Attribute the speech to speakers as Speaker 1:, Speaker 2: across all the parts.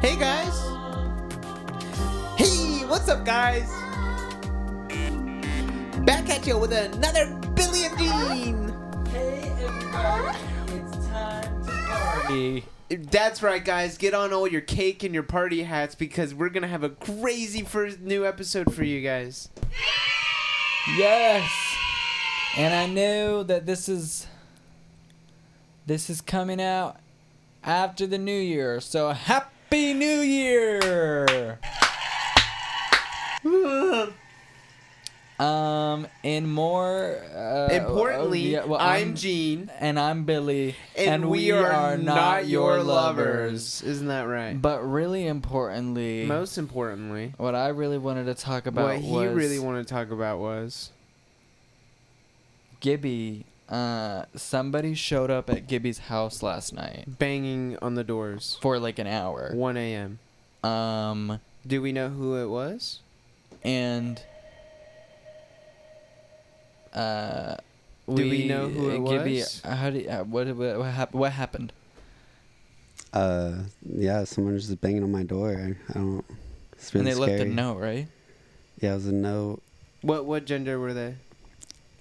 Speaker 1: Hey guys. Hey, what's up, guys? Back at you with another Billy and Jean.
Speaker 2: Hey everybody, it's time to party.
Speaker 1: That's right, guys. Get on all your cake and your party hats because we're gonna have a crazy first new episode for you guys.
Speaker 2: Yes. And I knew that this is this is coming out after the new year. So happy new year.
Speaker 1: Uh,
Speaker 2: Um and more uh,
Speaker 1: Importantly,
Speaker 2: oh, yeah, well,
Speaker 1: I'm Gene,
Speaker 2: and I'm Billy
Speaker 1: and, we, are, not, your lovers. Isn't that right?
Speaker 2: But really importantly,
Speaker 1: Most importantly,
Speaker 2: what I really wanted to talk about
Speaker 1: what he
Speaker 2: was
Speaker 1: really wanted to talk about was
Speaker 2: Gibby. Uh, somebody showed up at Gibby's house last night
Speaker 1: banging on the doors.
Speaker 2: for like an hour.
Speaker 1: 1 a.m.
Speaker 2: Um,
Speaker 1: Do we know who it was?
Speaker 2: and uh, we,
Speaker 1: Do we know who it
Speaker 2: Gibby,
Speaker 1: was?
Speaker 2: How do you, uh, what, what what hap- what happened?
Speaker 3: Uh, yeah, someone was just banging on my door. I, I don't. It's really
Speaker 2: and they
Speaker 3: scary.
Speaker 2: left a note, right?
Speaker 3: Yeah, it was a note.
Speaker 1: What what gender were they?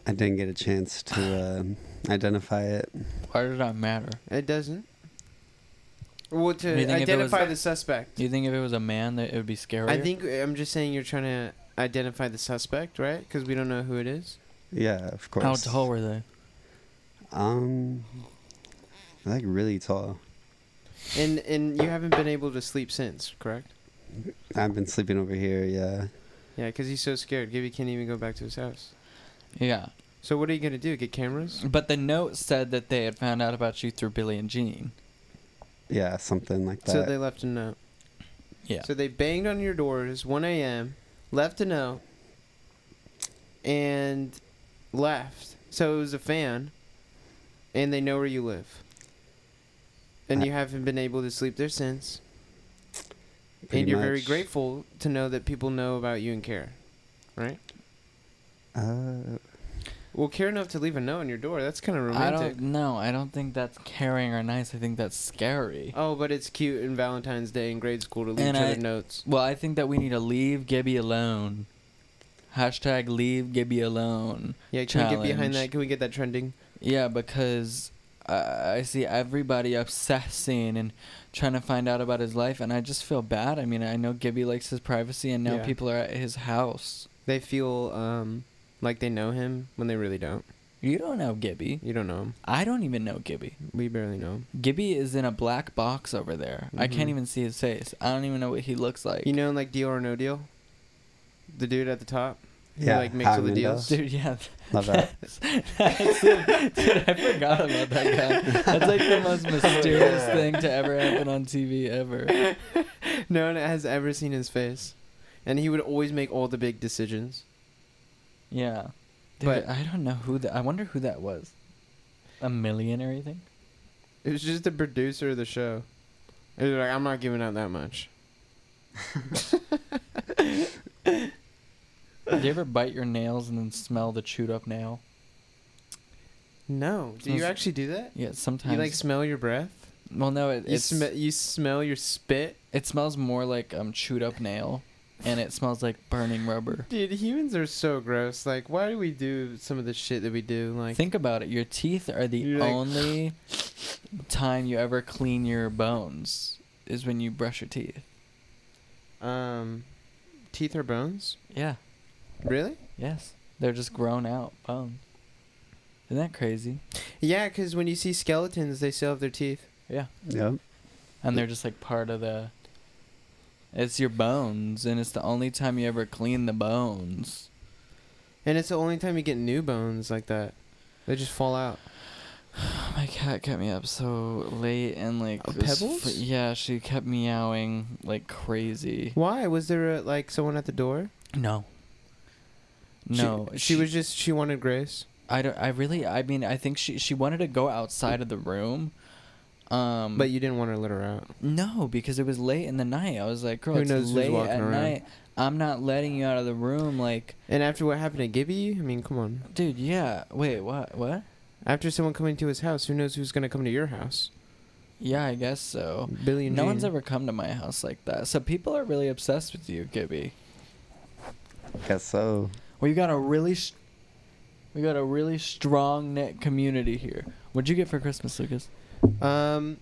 Speaker 3: I didn't get a chance to uh, identify it.
Speaker 2: Why did that matter?
Speaker 1: It doesn't. Well, to
Speaker 2: Do you think if it
Speaker 1: identify
Speaker 2: was-
Speaker 1: the suspect.
Speaker 2: Do you think if it was a man, that it would be scary?
Speaker 1: I think uh, I'm just saying you're trying to identify the suspect, right? Because we don't know who it is.
Speaker 3: Yeah, of course.
Speaker 2: How tall were they?
Speaker 3: Um, like really tall.
Speaker 1: And and you haven't been able to sleep since, correct?
Speaker 3: I've been sleeping over here. Yeah.
Speaker 1: Yeah, because he's so scared. Gibby can't even go back to his house.
Speaker 2: Yeah.
Speaker 1: So what are you gonna do? Get cameras?
Speaker 2: But the note said that they had found out about you through Billy and Jean.
Speaker 3: Yeah, something like that.
Speaker 1: So they left uh, a note.
Speaker 2: Yeah.
Speaker 1: So they banged on your doors 1 a.m., left a note, and left. So it was a fan, and they know where you live. And
Speaker 3: I-
Speaker 1: you haven't been able to sleep there since.
Speaker 3: Pretty
Speaker 1: and you're very
Speaker 3: much.
Speaker 1: grateful to know that people know about you and care. Right?
Speaker 3: Uh,
Speaker 1: Well, care enough to leave a note on your door. That's kind of
Speaker 2: I
Speaker 1: romantic.
Speaker 2: don't know. I don't think that's caring or nice. I think that's scary.
Speaker 1: Oh, but it's cute in Valentine's Day in grade school to leave
Speaker 2: And
Speaker 1: each
Speaker 2: I-
Speaker 1: other notes.
Speaker 2: Well, I think that we need to leave Gibby alone. Hashtag leave Gibby alone.
Speaker 1: Yeah, can we get behind
Speaker 2: Challenge.
Speaker 1: that? Can we get that trending?
Speaker 2: Yeah, because uh, I see everybody obsessing and trying to find out about his life, and I just feel bad. I mean, I know Gibby likes his privacy, and now
Speaker 1: Yeah.
Speaker 2: people are at his house.
Speaker 1: They feel um, like they know him when they really don't.
Speaker 2: You don't know Gibby.
Speaker 1: You don't know him.
Speaker 2: I don't even know Gibby.
Speaker 1: We barely know him.
Speaker 2: Gibby is in a black box over there. I
Speaker 1: Mhm.
Speaker 2: can't even see his face. I don't even know what he looks like.
Speaker 1: You know, like Deal or No Deal, the dude at the top. who,
Speaker 3: Yeah,
Speaker 1: like makes all the
Speaker 3: Hyman
Speaker 1: deals.
Speaker 3: does.
Speaker 2: Dude, yeah.
Speaker 3: love that.
Speaker 2: That's it. Dude, I forgot about that guy. That's like the most
Speaker 1: Oh,
Speaker 2: mysterious thing to ever happen on TV ever.
Speaker 1: No one has ever seen his face, and he would always make all the big decisions.
Speaker 2: Yeah. Dude,
Speaker 1: But-
Speaker 2: I don't know who that. I wonder who that was. A million or anything?
Speaker 1: It was just the producer of the show. It was like, I'm not giving out that much.
Speaker 2: Do you ever bite your nails and then smell the chewed up nail?
Speaker 1: No, do you
Speaker 2: Smells-
Speaker 1: actually do that?
Speaker 2: Yeah, sometimes.
Speaker 1: You like smell your breath.
Speaker 2: well, no, it
Speaker 1: You
Speaker 2: it's,
Speaker 1: smell. You smell your spit.
Speaker 2: it smells more like um chewed up nail, and it smells like burning rubber.
Speaker 1: Dude, humans are so gross. Like, why do we do some of the shit that we do? Like,
Speaker 2: Think about it. Your teeth are the
Speaker 1: You're like-
Speaker 2: only time you ever clean your bones is when you brush your teeth.
Speaker 1: um, teeth or bones?
Speaker 2: Yeah.
Speaker 1: Really?
Speaker 2: Yes. They're just grown out bones. Isn't that crazy?
Speaker 1: Yeah, because when you see skeletons, they still have their teeth.
Speaker 2: Yeah.
Speaker 3: Yep.
Speaker 2: And they're just like part of the. It's your bones, and it's the only time you ever clean the bones.
Speaker 1: And it's the only time you get new bones like that. They just fall out.
Speaker 2: Oh, My cat kept me up so late and like.
Speaker 1: Oh,
Speaker 2: was
Speaker 1: Pebbles?
Speaker 2: fr- yeah, she kept meowing like crazy.
Speaker 1: Why? Was there a, like someone at the door?
Speaker 2: No.
Speaker 1: She-
Speaker 2: No,
Speaker 1: She, was just, she wanted grace.
Speaker 2: I don't. I really. I mean, I think she she wanted to go outside of the room, Um,
Speaker 1: But you didn't want to let her out.
Speaker 2: no, because it was late in the night. I was like, girl,
Speaker 1: Who
Speaker 2: it's
Speaker 1: knows who's
Speaker 2: late
Speaker 1: walking
Speaker 2: at
Speaker 1: around?
Speaker 2: night. I'm not letting you out of the room. Like,
Speaker 1: And after what happened to Gibby, I mean, come on.
Speaker 2: dude, yeah. Wait, what? What?
Speaker 1: After someone coming to his house, who knows who's gonna come to your house?
Speaker 2: Yeah, I guess so.
Speaker 1: Billy and
Speaker 2: Oh, No
Speaker 1: Jean.
Speaker 2: one's ever come to my house like that. So people are really obsessed with you, Gibby.
Speaker 3: Guess so.
Speaker 2: We got a really, sh- we got a really strong knit community here. What'd you get for Christmas, Lucas?
Speaker 1: Um,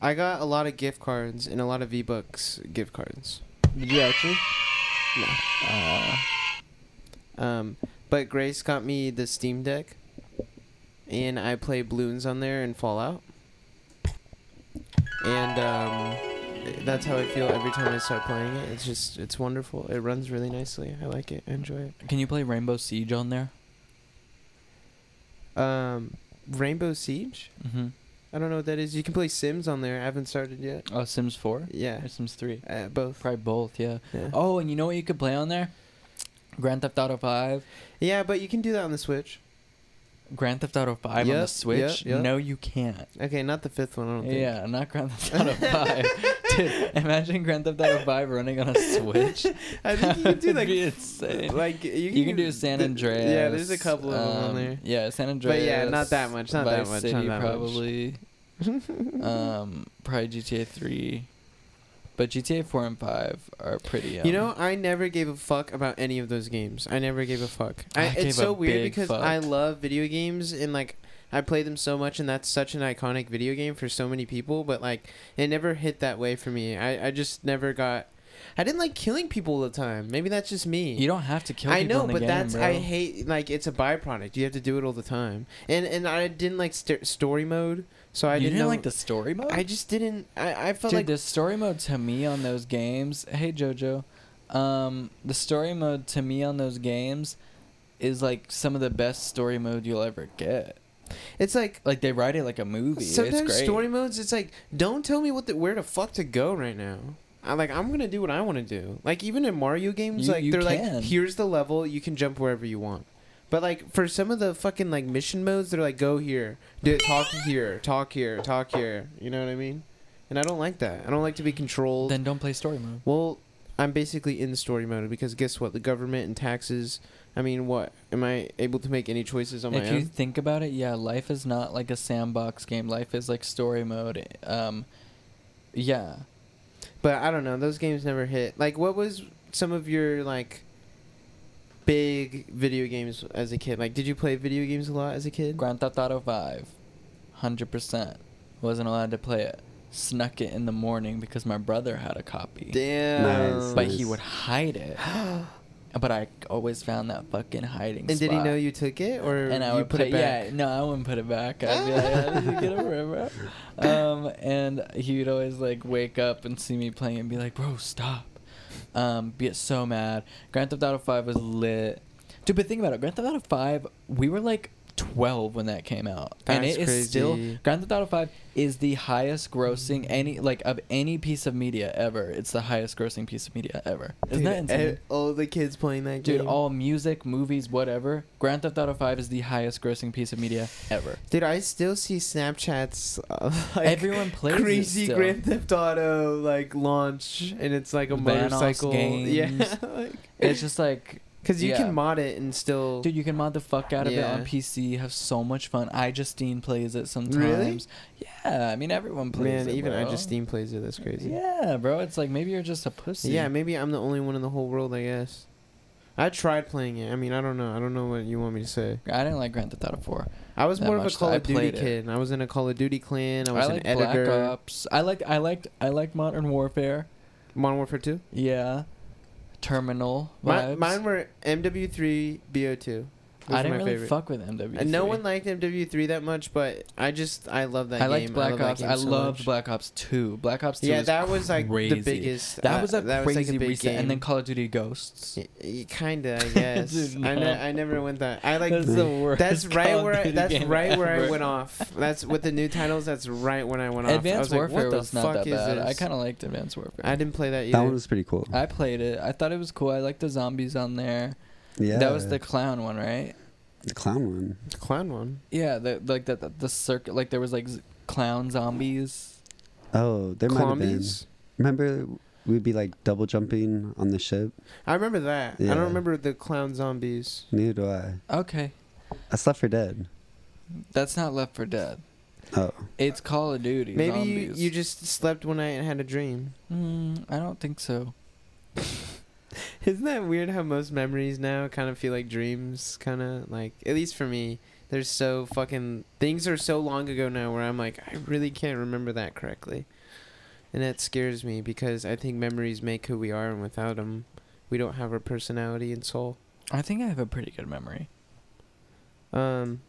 Speaker 1: I got a lot of gift cards and a lot of V Bucks gift cards.
Speaker 2: Did you actually?
Speaker 1: No.
Speaker 2: Uh,
Speaker 1: Um, but Grace got me the Steam Deck, and I play balloons on there and Fallout. And um, that's how I feel every time I start playing it. It's just it's wonderful. It runs really nicely. I like it. I enjoy
Speaker 2: can you play Rainbow Siege on there?
Speaker 1: it. Um, Rainbow Siege.
Speaker 2: Mm-hmm.
Speaker 1: I don't know what that is. You can play Sims on there. I haven't started yet.
Speaker 2: Oh, Sims Four
Speaker 1: Yeah,
Speaker 2: or Sims Three?
Speaker 1: uh, both.
Speaker 2: Probably both. Yeah.
Speaker 1: Yeah.
Speaker 2: Oh, and you know what you could play on there? Grand Theft Auto Five.
Speaker 1: yeah, but you can do that on the Switch.
Speaker 2: Grand Theft Auto Five on the
Speaker 1: Yep,
Speaker 2: Switch?
Speaker 1: yep, yep.
Speaker 2: No, you can't.
Speaker 1: Okay, not the fifth one. I don't think.
Speaker 2: Yeah, not Grand Theft Auto Five. Dude, imagine Grand Theft Auto Five running on a Switch.
Speaker 1: I think you can do
Speaker 2: That'd
Speaker 1: like
Speaker 2: be insane.
Speaker 1: like you
Speaker 2: you,
Speaker 1: can,
Speaker 2: can do San
Speaker 1: th-
Speaker 2: Andreas.
Speaker 1: Yeah, there's a couple of them on
Speaker 2: um,
Speaker 1: there.
Speaker 2: Yeah, San Andreas.
Speaker 1: But yeah, not that much, not that
Speaker 2: Vice
Speaker 1: much, not
Speaker 2: City,
Speaker 1: that much.
Speaker 2: probably. um, probably GTA Three, but GTA Four and Five are pretty. Um,
Speaker 1: You know, I never gave a fuck about any of those games. I never gave a fuck. I,
Speaker 2: I gave
Speaker 1: it's so
Speaker 2: a
Speaker 1: weird
Speaker 2: big
Speaker 1: because
Speaker 2: fuck.
Speaker 1: I love video games and like I play them so much, and that's such an iconic video game for so many people. But like, it never hit that way for me. I I just never got. I didn't like killing people all the time. Maybe that's just me.
Speaker 2: you don't have to kill.
Speaker 1: I
Speaker 2: people
Speaker 1: know,
Speaker 2: in the
Speaker 1: but
Speaker 2: game,
Speaker 1: that's
Speaker 2: bro.
Speaker 1: I hate like it's a byproduct. You have to do it all the time, and and I didn't like st- story mode, so I
Speaker 2: you
Speaker 1: didn't,
Speaker 2: didn't
Speaker 1: know,
Speaker 2: like the story mode.
Speaker 1: I just didn't. I, I felt
Speaker 2: Dude,
Speaker 1: like
Speaker 2: the story mode to me on those games. Hey Jojo, um, the story mode to me on those games is like some of the best story mode you'll ever get.
Speaker 1: it's like
Speaker 2: Like they write it like a movie. it's
Speaker 1: sometimes
Speaker 2: great.
Speaker 1: story modes. It's like don't tell me what the where the fuck to go right now. I like I'm gonna do what I want to do. Like even in Mario games,
Speaker 2: You-
Speaker 1: like
Speaker 2: you
Speaker 1: they're
Speaker 2: can.
Speaker 1: like here's the level, you can jump wherever you want. But like for some of the fucking like mission modes, they're like go here, do talk here, talk here, talk here. You know what I mean? And I don't like that. I don't like to be controlled.
Speaker 2: Then don't play story mode.
Speaker 1: Well, I'm basically in story mode because guess what? The government and taxes. I mean, what am I able to make any choices on my
Speaker 2: If you
Speaker 1: own?
Speaker 2: think about it, yeah, life is not like a sandbox game. Life is like story mode. Um, yeah.
Speaker 1: But I don't know. Those games never hit. Like, what was some of your like big video games as a kid? Like, did you play video games a lot as a kid?
Speaker 2: Grand Theft Auto Five, hundred percent. Wasn't allowed to play it. Snuck it in the morning because my brother had a copy.
Speaker 1: Damn.
Speaker 3: Nice.
Speaker 2: But he would hide it. but I always found that fucking hiding
Speaker 1: And did he
Speaker 2: spot.
Speaker 1: know you took it, or
Speaker 2: And I
Speaker 1: you
Speaker 2: would
Speaker 1: put
Speaker 2: put
Speaker 1: it back?
Speaker 2: Yeah, no, I wouldn't put it back. I'd be like, "Yeah, this is good forever." Um, and he would always like wake up and see me playing and be like, "Bro, stop!" Um, be so mad. Grand Theft Auto Five was lit, dude. But think about it. Grand Theft Auto Five, we were like. 12 when that came out and
Speaker 1: That's
Speaker 2: it is still
Speaker 1: crazy.
Speaker 2: grand theft auto 5 is the highest grossing any like of any piece of media ever it's the highest grossing piece of media ever isn't
Speaker 1: Dude,
Speaker 2: that insane
Speaker 1: ev- all the kids playing that
Speaker 2: Dude,
Speaker 1: game.
Speaker 2: all music, movies, whatever. Grand Theft Auto 5 is the highest grossing piece of media ever.
Speaker 1: Dude, I still see Snapchats of like
Speaker 2: Everyone plays it
Speaker 1: crazy
Speaker 2: still.
Speaker 1: Grand Theft Auto like launch, and it's like a
Speaker 2: Vanoss
Speaker 1: motorcycle.
Speaker 2: games.
Speaker 1: Yeah, like,
Speaker 2: It's just like,
Speaker 1: because you
Speaker 2: yeah.
Speaker 1: can mod it and still.
Speaker 2: dude, you can mod the fuck out of
Speaker 1: Yeah.
Speaker 2: it on PC, have so much fun. I Justine plays it sometimes. Yeah, I mean, everyone plays
Speaker 1: man,
Speaker 2: it.
Speaker 1: even I
Speaker 2: bro.
Speaker 1: just Steam plays it. That's crazy.
Speaker 2: Yeah, bro. It's like maybe you're just a pussy.
Speaker 1: Yeah, maybe I'm the only one in the whole world. I guess. I tried playing it. I mean, I don't know. I don't know what you want me to say.
Speaker 2: I didn't like Grand Theft Auto 4.
Speaker 1: I was
Speaker 2: That
Speaker 1: more of a
Speaker 2: much,
Speaker 1: Call
Speaker 2: I
Speaker 1: of Duty
Speaker 2: played it.
Speaker 1: kid. I was in a Call of Duty clan. I was
Speaker 2: I
Speaker 1: an
Speaker 2: like
Speaker 1: editor.
Speaker 2: Black Ops. I like I liked I like Modern Warfare.
Speaker 1: Modern Warfare Two.
Speaker 2: Yeah. Terminal
Speaker 1: Mi-
Speaker 2: vibes.
Speaker 1: mine were MW3, BO2. Those were
Speaker 2: I didn't
Speaker 1: my
Speaker 2: really
Speaker 1: favorite.
Speaker 2: fuck with MW.
Speaker 1: And no one liked MW3 that much, but I just I love that
Speaker 2: I
Speaker 1: game.
Speaker 2: liked Black
Speaker 1: love that
Speaker 2: Ops.
Speaker 1: game
Speaker 2: I
Speaker 1: so
Speaker 2: loved
Speaker 1: much.
Speaker 2: Black Ops 2. Black Ops 2
Speaker 1: Yeah,
Speaker 2: was
Speaker 1: that was like
Speaker 2: crazy.
Speaker 1: the biggest.
Speaker 2: That
Speaker 1: uh,
Speaker 2: was a
Speaker 1: that
Speaker 2: crazy
Speaker 1: was like a big
Speaker 2: reset,
Speaker 1: game.
Speaker 2: and then Call of Duty Ghosts.
Speaker 1: Y- y- kinda, I guess.
Speaker 2: Dude,
Speaker 1: I,
Speaker 2: no.
Speaker 1: ne- I never went that. I like.
Speaker 2: that's the worst.
Speaker 1: That's
Speaker 2: Call
Speaker 1: right
Speaker 2: of
Speaker 1: where I,
Speaker 2: Duty
Speaker 1: that's
Speaker 2: game
Speaker 1: right where I
Speaker 2: ever.
Speaker 1: went off. That's with the new titles. That's right when I went off. I
Speaker 2: Advanced
Speaker 1: was like,
Speaker 2: Warfare
Speaker 1: what the
Speaker 2: was not
Speaker 1: fuck
Speaker 2: that
Speaker 1: is
Speaker 2: bad. I
Speaker 1: this?
Speaker 2: kind of liked Advanced Warfare.
Speaker 1: I didn't play that either.
Speaker 3: That one was pretty cool.
Speaker 2: I played it. I thought it was cool. I liked the zombies on there.
Speaker 3: Yeah.
Speaker 2: That was the clown one, right?
Speaker 3: The clown one.
Speaker 1: The clown one.
Speaker 2: Yeah, the, like the, the the circuit. Like there was like z- clown zombies.
Speaker 3: Oh, there might have been.
Speaker 1: Clombies?
Speaker 3: Remember, we'd be like double jumping on the ship.
Speaker 1: I remember that. I
Speaker 3: Yeah.
Speaker 1: don't remember the clown zombies.
Speaker 3: Neither do I.
Speaker 2: Okay,
Speaker 3: That's Left for Dead.
Speaker 2: that's not Left for Dead.
Speaker 3: Oh,
Speaker 2: It's Call of Duty.
Speaker 1: Maybe you,
Speaker 2: zombies.
Speaker 1: you just slept one night and had a dream.
Speaker 2: Mm, I don't think so.
Speaker 1: Isn't that weird how most memories now kind of feel like dreams? Kind of like, at least for me, they're so fucking. Things are so long ago now where I'm like, I really can't remember that correctly. And that scares me because I think memories make who we are, and without them, we don't have our personality and soul.
Speaker 2: I think I have a pretty good memory.
Speaker 1: Um,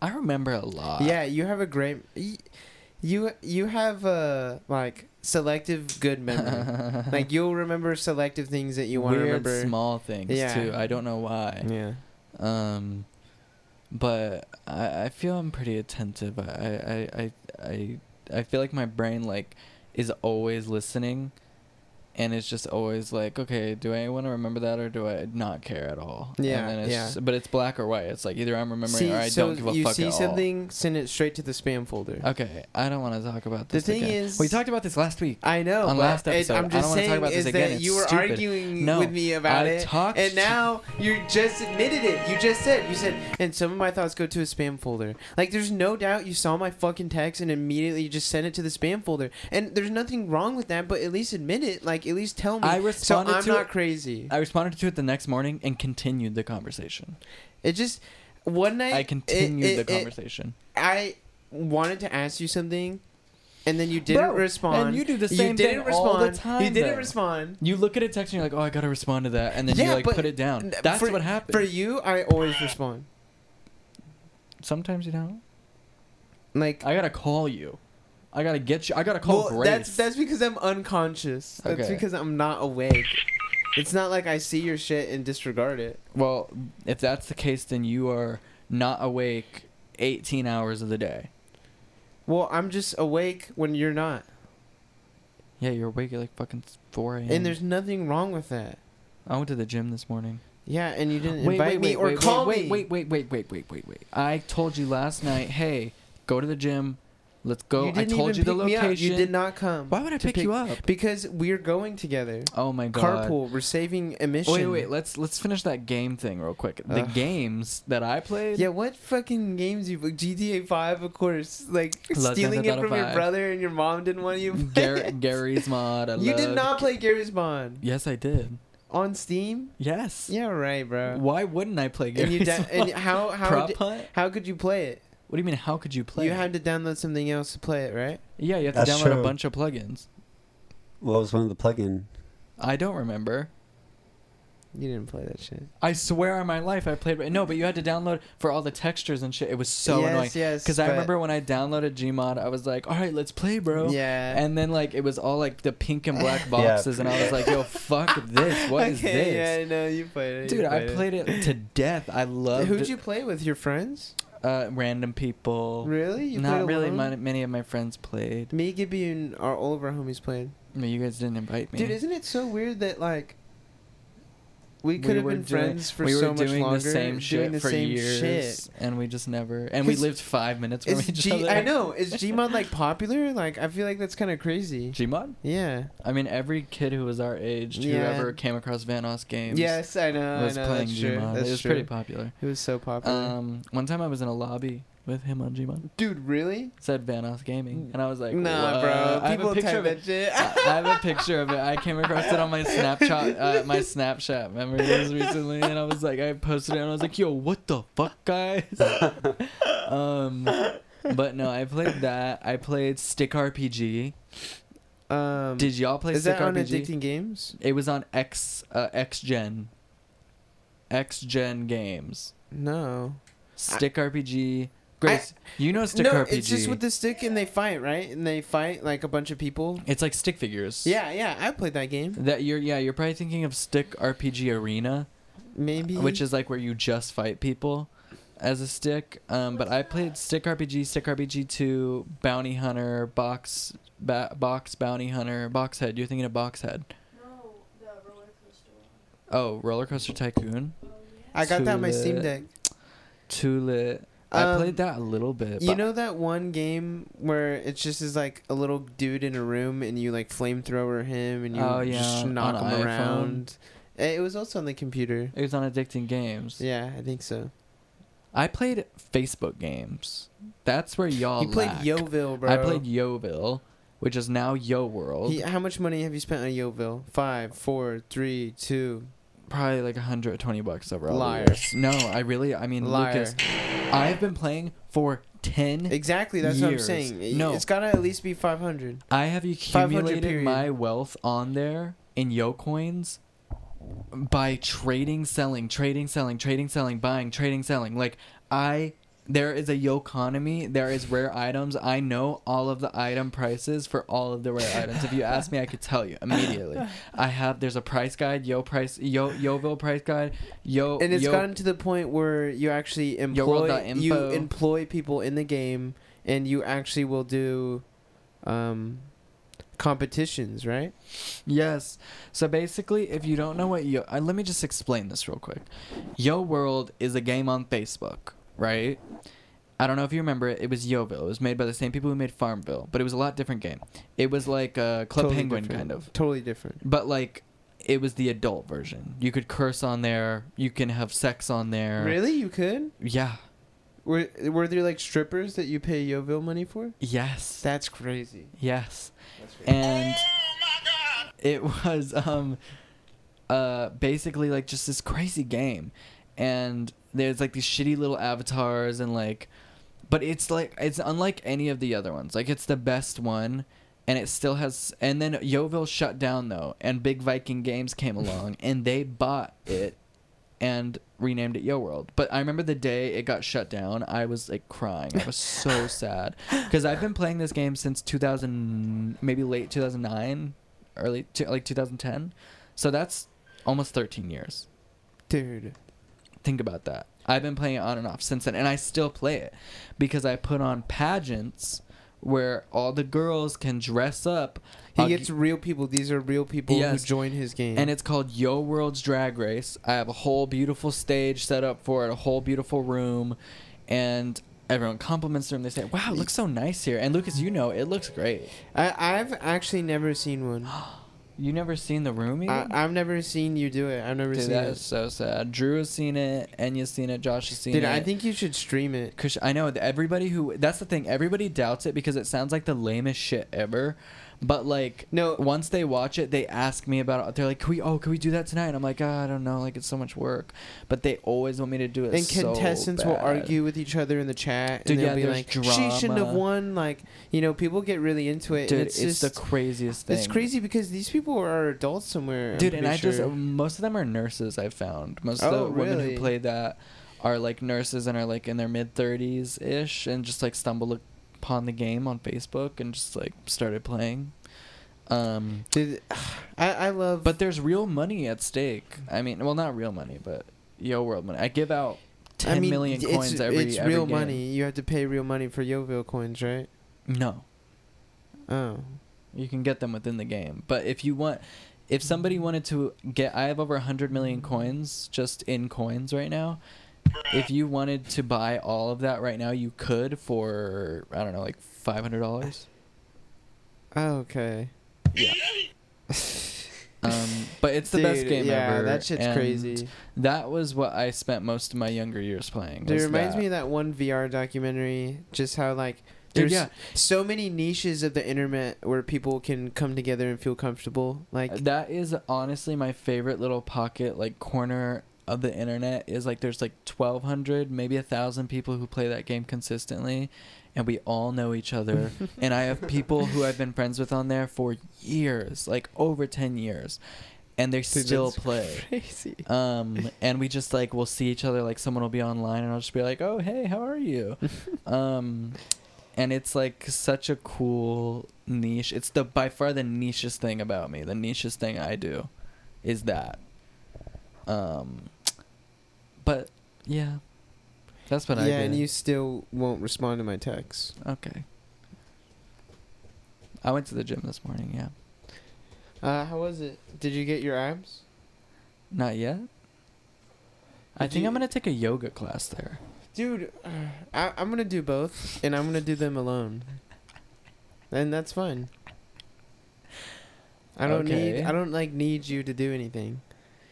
Speaker 2: I remember a lot.
Speaker 1: yeah, you have a great. y- You you have a like selective good memory. like you'll remember selective things that you want to
Speaker 2: Weird
Speaker 1: remember.
Speaker 2: small things
Speaker 1: Yeah.
Speaker 2: too. I don't know why.
Speaker 1: yeah.
Speaker 2: Um, but I, I feel I'm pretty attentive. I, I, I, I, I feel like my brain like is always listening, and it's just always like, okay, do I want to remember that or do I not care at all?
Speaker 1: Yeah,
Speaker 2: And then it's
Speaker 1: yeah.
Speaker 2: Just, but it's black or white. It's like either I'm remembering or I don't give a
Speaker 1: you
Speaker 2: fuck
Speaker 1: see
Speaker 2: at
Speaker 1: something, send it straight to the spam folder.
Speaker 2: all. Okay, I don't want to talk about
Speaker 1: The
Speaker 2: this.
Speaker 1: thing
Speaker 2: again.
Speaker 1: is-
Speaker 2: we talked about this last week.
Speaker 1: I know.
Speaker 2: On
Speaker 1: but
Speaker 2: last
Speaker 1: it-
Speaker 2: episode, I
Speaker 1: I'm
Speaker 2: don't
Speaker 1: just
Speaker 2: wanna talk
Speaker 1: saying
Speaker 2: about this
Speaker 1: is
Speaker 2: again,
Speaker 1: that
Speaker 2: it's
Speaker 1: you were
Speaker 2: stupid.
Speaker 1: arguing
Speaker 2: No,
Speaker 1: with me about
Speaker 2: I
Speaker 1: it,
Speaker 2: talked
Speaker 1: and
Speaker 2: to-
Speaker 1: now you just admitted it. You just said you said, and some of my thoughts go to a spam folder. Like there's no doubt you saw my fucking text and immediately you just sent it to the spam folder. And there's nothing wrong with that, but at least admit it. Like at least tell me.
Speaker 2: I
Speaker 1: so
Speaker 2: responded
Speaker 1: I'm
Speaker 2: to
Speaker 1: not
Speaker 2: it.
Speaker 1: crazy.
Speaker 2: I responded to it the next morning and continued the conversation.
Speaker 1: It just one night
Speaker 2: I continued
Speaker 1: it-
Speaker 2: the
Speaker 1: it- it-
Speaker 2: conversation.
Speaker 1: I wanted to ask you something, and then you didn't
Speaker 2: Bro,
Speaker 1: respond.
Speaker 2: and you do the
Speaker 1: You
Speaker 2: same
Speaker 1: didn't
Speaker 2: thing
Speaker 1: respond.
Speaker 2: all the time.
Speaker 1: You didn't
Speaker 2: though.
Speaker 1: respond.
Speaker 2: You look at a text and you're like, oh, I gotta respond to that, and then
Speaker 1: Yeah,
Speaker 2: you like
Speaker 1: but-
Speaker 2: put it down.
Speaker 1: N-
Speaker 2: That's
Speaker 1: for-
Speaker 2: what happens.
Speaker 1: For you, I always respond.
Speaker 2: Sometimes you don't.
Speaker 1: Like
Speaker 2: I gotta call you. I gotta get you. I gotta call
Speaker 1: well,
Speaker 2: Grace.
Speaker 1: that's that's because I'm unconscious. That's
Speaker 2: Okay.
Speaker 1: because I'm not awake. It's not like I see your shit and disregard it.
Speaker 2: well, if that's the case, then you are not awake 18 hours of the day.
Speaker 1: Well, I'm just awake when you're not,
Speaker 2: Yeah, you're awake at like fucking 4 a.m.
Speaker 1: and there's nothing wrong with that.
Speaker 2: I went to the gym this morning.
Speaker 1: Yeah, and you didn't
Speaker 2: Wait,
Speaker 1: invite
Speaker 2: wait,
Speaker 1: me
Speaker 2: wait,
Speaker 1: or
Speaker 2: wait,
Speaker 1: call
Speaker 2: wait,
Speaker 1: me.
Speaker 2: Wait, wait, wait, wait, wait, wait, wait. I told you last night, hey, go to the gym. Let's go.
Speaker 1: you
Speaker 2: I
Speaker 1: didn't
Speaker 2: told you
Speaker 1: even
Speaker 2: the
Speaker 1: pick me up.
Speaker 2: location.
Speaker 1: You did not come.
Speaker 2: Why would I
Speaker 1: to
Speaker 2: pick, you up?
Speaker 1: Because we're going together.
Speaker 2: Oh my god.
Speaker 1: Carpool. We're saving emission.
Speaker 2: Wait, wait, let's let's finish that game thing real quick. The
Speaker 1: Ugh.
Speaker 2: games that I played.
Speaker 1: Yeah, what fucking games you GTA Five, of course, like
Speaker 2: Legend
Speaker 1: stealing
Speaker 2: of
Speaker 1: it from your
Speaker 2: Five.
Speaker 1: brother and your mom didn't want you. to play
Speaker 2: Gar-
Speaker 1: it.
Speaker 2: Gary's mod. I
Speaker 1: you did
Speaker 2: loved-
Speaker 1: not play Gary's Bond
Speaker 2: Yes, I did.
Speaker 1: on Steam.
Speaker 2: Yes.
Speaker 1: Yeah, right, bro.
Speaker 2: Why wouldn't I play
Speaker 1: And
Speaker 2: Gary's
Speaker 1: you da-
Speaker 2: mod?
Speaker 1: and how how
Speaker 2: Prop
Speaker 1: di-
Speaker 2: hunt?
Speaker 1: how could you play it?
Speaker 2: What do you mean? How could you play?
Speaker 1: You
Speaker 2: it?
Speaker 1: had to download something else to play it, right?
Speaker 2: yeah, you have to
Speaker 3: That's
Speaker 2: download a
Speaker 3: true.
Speaker 2: bunch of plugins.
Speaker 3: what was one of the plugin?
Speaker 2: I don't remember.
Speaker 1: You didn't play that shit.
Speaker 2: I swear on my life, I played. No, but you had to download for all the textures and shit. It was so
Speaker 1: yes,
Speaker 2: annoying.
Speaker 1: Yes,
Speaker 2: Because I
Speaker 1: but-
Speaker 2: remember when I downloaded Gmod, I was like, "All right, let's play, bro."
Speaker 1: Yeah.
Speaker 2: And then like it was all like the pink and black
Speaker 3: Yeah.
Speaker 2: boxes, and I was like, "Yo, fuck this! What is
Speaker 1: Okay,
Speaker 2: this?"
Speaker 1: Yeah, I know you played it. you
Speaker 2: Dude, I played it. to death. I loved
Speaker 1: Who'd
Speaker 2: it.
Speaker 1: you play with? Your friends?
Speaker 2: uh, random people.
Speaker 1: Really? You
Speaker 2: Oh, Not
Speaker 1: played
Speaker 2: really.
Speaker 1: alone?
Speaker 2: My, many of my friends played.
Speaker 1: Me, Gibby, and our, all of our homies played.
Speaker 2: I mean, you guys didn't invite me.
Speaker 1: Dude, isn't it so weird that like we
Speaker 2: We
Speaker 1: could have
Speaker 2: were
Speaker 1: been
Speaker 2: doing-
Speaker 1: friends for
Speaker 2: we
Speaker 1: so
Speaker 2: were
Speaker 1: much
Speaker 2: doing
Speaker 1: longer,
Speaker 2: the same shit
Speaker 1: doing the
Speaker 2: for
Speaker 1: same
Speaker 2: years,
Speaker 1: shit.
Speaker 2: and we just never. And we
Speaker 1: Is-
Speaker 2: lived five minutes from
Speaker 1: Is
Speaker 2: each
Speaker 1: G-
Speaker 2: other.
Speaker 1: I know. Is Gmod like popular? Like, I feel like that's kind of crazy.
Speaker 2: Gmod.
Speaker 1: Yeah.
Speaker 2: I mean, every kid who was our age, who
Speaker 1: Yeah.
Speaker 2: ever came across Vanoss games,
Speaker 1: Yes, I know.
Speaker 2: was
Speaker 1: I know.
Speaker 2: playing
Speaker 1: That's true.
Speaker 2: Gmod.
Speaker 1: That's
Speaker 2: it was
Speaker 1: true.
Speaker 2: pretty popular.
Speaker 1: it was so popular.
Speaker 2: Um, one time I was in a lobby with him on Gmod.
Speaker 1: Dude, really?
Speaker 2: It said Vanoss Gaming, and I was like,
Speaker 1: Mm. nah,
Speaker 2: "What?"
Speaker 1: bro.
Speaker 2: I have a
Speaker 1: People
Speaker 2: picture
Speaker 1: type
Speaker 2: of it.
Speaker 1: that shit.
Speaker 2: I I have a picture of it. I came across it on my Snapchat, uh, my Snapchat memories recently, and I was like, I posted it, and I was like, "Yo, what the fuck, guys?" um, but no, I played that. I played Stick RPG.
Speaker 1: um,
Speaker 2: Uh, Did y'all play
Speaker 1: is
Speaker 2: Stick
Speaker 1: that on
Speaker 2: RPG?
Speaker 1: Addicting Games?
Speaker 2: it was on X uh, X Gen. X Gen Games.
Speaker 1: No.
Speaker 2: Stick RPG. Grace, you know Stick
Speaker 1: no,
Speaker 2: RPG.
Speaker 1: it's just with the stick and they fight, right? And they fight like a bunch of people.
Speaker 2: It's like stick figures.
Speaker 1: Yeah, yeah. I played that game.
Speaker 2: That you're yeah you're probably thinking of Stick RPG Arena.
Speaker 1: Maybe.
Speaker 2: which is like where you just fight people as a stick. Um, but I played Stick RPG, Stick RPG Two, Bounty Hunter, Box, ba- Box Bounty Hunter, Box Head. You're thinking of Box Head.
Speaker 4: No, the roller coaster one.
Speaker 2: Oh, Roller Coaster Tycoon.
Speaker 1: I got that on my
Speaker 2: to
Speaker 1: Steam
Speaker 2: the-
Speaker 1: Deck.
Speaker 2: Too lit. I
Speaker 1: Um,
Speaker 2: played that a little bit.
Speaker 1: You
Speaker 2: but-
Speaker 1: know that one game where it's just is like a little dude in a room and you like flamethrower him and you
Speaker 2: Oh, yeah,
Speaker 1: just
Speaker 2: on
Speaker 1: knock
Speaker 2: iPhone.
Speaker 1: him around. Eh, It was also on the computer.
Speaker 2: it was on Addicting Games.
Speaker 1: Yeah, I think so.
Speaker 2: I played Facebook games. That's where y'all.
Speaker 1: you played
Speaker 2: lack.
Speaker 1: Yoville, bro.
Speaker 2: I played Yoville, which is now Yo World.
Speaker 1: He, how much money have you spent on Yoville? Five, four, three, two.
Speaker 2: Probably like 120 bucks over all
Speaker 1: Liar.
Speaker 2: the years. No, I really. I mean,
Speaker 1: Liar.
Speaker 2: Lucas, I have been playing for 10.
Speaker 1: Exactly, that's what I'm
Speaker 2: Years.
Speaker 1: saying. It-
Speaker 2: No.
Speaker 1: It's gotta at least be five hundred.
Speaker 2: I have
Speaker 1: 500
Speaker 2: accumulated
Speaker 1: period.
Speaker 2: my wealth on there in Yo coins by trading, selling, trading, selling, trading, selling, buying, trading, selling. Like I, there is a Yo economy. There is rare items. I know all of the item prices for all of the rare items. If you ask me, I could tell you immediately. I have there's a price guide. Yo price. Yo Yoville price guide. Yo.
Speaker 1: And it's
Speaker 2: Yo-
Speaker 1: gotten to the point where you actually employ
Speaker 2: world.info.
Speaker 1: you employ people in the game, and you actually will do um, competitions, right?
Speaker 2: Yes. So basically, if you don't know what Yo, uh, let me just explain this real quick. Yo World is a game on Facebook, right? I don't know if you remember it. It was Yoville. It was made by the same people who made Farmville, but it was a lot different game. It was like a Club
Speaker 1: Totally
Speaker 2: Penguin
Speaker 1: different.
Speaker 2: kind of,
Speaker 1: Totally different.
Speaker 2: but like it was the adult version. You could curse on there. You can have sex on there.
Speaker 1: Really, you could?
Speaker 2: Yeah.
Speaker 1: Were were there like strippers that you pay Yoville money for?
Speaker 2: Yes.
Speaker 1: That's crazy.
Speaker 2: yes.
Speaker 1: That's crazy.
Speaker 2: and it was um uh basically like just this crazy game and there's like these shitty little avatars and like but it's like it's unlike any of the other ones like it's the best one and it still has and then yoville shut down though and big viking games came along and they bought it and renamed it Yo World. But I remember the day it got shut down, I was like crying. I was so sad because I've been playing this game since 2000, maybe late 2009, early to, like 2010. So that's almost 13 years.
Speaker 1: Dude,
Speaker 2: Think about that. I've been playing it on and off since then, and I still play it because I put on pageants where all the girls can dress up.
Speaker 1: he
Speaker 2: I'll
Speaker 1: gets real people. These are real people
Speaker 2: Yes.
Speaker 1: who join his game.
Speaker 2: and it's called Yo World's Drag Race. I have a whole beautiful stage set up for it, a whole beautiful room, and everyone compliments the room. They say, "Wow, it looks so nice here." And Lucas, you know, it looks great.
Speaker 1: I, I've actually never seen one.
Speaker 2: You never seen the room even?
Speaker 1: I, I've never seen you do it. I've never
Speaker 2: Dude,
Speaker 1: seen
Speaker 2: that is
Speaker 1: it.
Speaker 2: so sad. Drew has seen it, Enya's seen it, Josh has seen
Speaker 1: Dude,
Speaker 2: it.
Speaker 1: I think you should stream it.
Speaker 2: Cause I know that everybody who that's the thing everybody doubts it because it sounds like the lamest shit ever, but like
Speaker 1: No.
Speaker 2: once they watch it they ask me about it they're like can we oh can we do that tonight and I'm like "Ah, I don't know like it's so much work but they always want me to do it
Speaker 1: And
Speaker 2: so
Speaker 1: contestants will
Speaker 2: bad.
Speaker 1: argue with each other in the chat,
Speaker 2: Dude,
Speaker 1: and they'll
Speaker 2: yeah,
Speaker 1: be
Speaker 2: there's
Speaker 1: like, "She shouldn't have
Speaker 2: drama.
Speaker 1: won." Like, you know, people get really into it,
Speaker 2: dude
Speaker 1: and
Speaker 2: it's,
Speaker 1: it's, just
Speaker 2: the craziest thing
Speaker 1: it's crazy because these people are adults somewhere. I'm
Speaker 2: dude and
Speaker 1: pretty
Speaker 2: I just
Speaker 1: sure.
Speaker 2: most of them are nurses I've found most of the
Speaker 1: Oh,
Speaker 2: women who
Speaker 1: really?
Speaker 2: play that are like nurses and are like in their mid 30s ish and just like stumbled upon the game on Facebook and just like started playing. Um,
Speaker 1: Dude, I, I love.
Speaker 2: But there's real money at stake. I mean, well, not real money, but yo, world money. I give out
Speaker 1: I
Speaker 2: ten
Speaker 1: mean,
Speaker 2: million
Speaker 1: it's-
Speaker 2: coins every
Speaker 1: It's
Speaker 2: every
Speaker 1: real
Speaker 2: game.
Speaker 1: money. You have to pay real money for Yoville coins, right?
Speaker 2: No,
Speaker 1: Oh,
Speaker 2: you can get them within the game. But if you want, if somebody wanted to get, I have over hundred million coins just in coins right now. If you wanted to buy all of that right now, you could for I don't know, like five hundred dollars.
Speaker 1: oh, okay.
Speaker 2: Um, but it's the best
Speaker 1: Dude,
Speaker 2: game
Speaker 1: yeah,
Speaker 2: ever.
Speaker 1: that shit's
Speaker 2: and
Speaker 1: crazy.
Speaker 2: That was what I spent most of my younger years playing.
Speaker 1: Dude, it
Speaker 2: was
Speaker 1: reminds
Speaker 2: that.
Speaker 1: me of that one VR documentary. Just how like
Speaker 2: Dude,
Speaker 1: there's
Speaker 2: yeah.
Speaker 1: so many niches of the internet where people can come together and feel comfortable. Like
Speaker 2: Uh, that is honestly my favorite little pocket like corner of the internet is like there's like 1200 maybe a thousand people who play that game consistently and we all know each other and i have people who i've been friends with on there for years like over 10 years and they
Speaker 1: Dude,
Speaker 2: still
Speaker 1: that's
Speaker 2: play
Speaker 1: crazy.
Speaker 2: um and we just like we'll see each other like someone will be online and i'll just be like oh hey how are you um and it's like such a cool niche it's the by far the nichest thing about me the nichest thing i do is that um but yeah that's what i
Speaker 1: yeah,
Speaker 2: did.
Speaker 1: and you still won't respond to my texts.
Speaker 2: okay i went to the gym this morning yeah
Speaker 1: Uh, how was it? Did you get your abs?
Speaker 2: not yet i
Speaker 1: Did
Speaker 2: think i'm
Speaker 1: you-
Speaker 2: gonna take a yoga class there
Speaker 1: dude. uh, I, I'm gonna do both, and I'm gonna do them alone, and that's fine. I don't
Speaker 2: Okay.
Speaker 1: need. I don't like need you to do anything.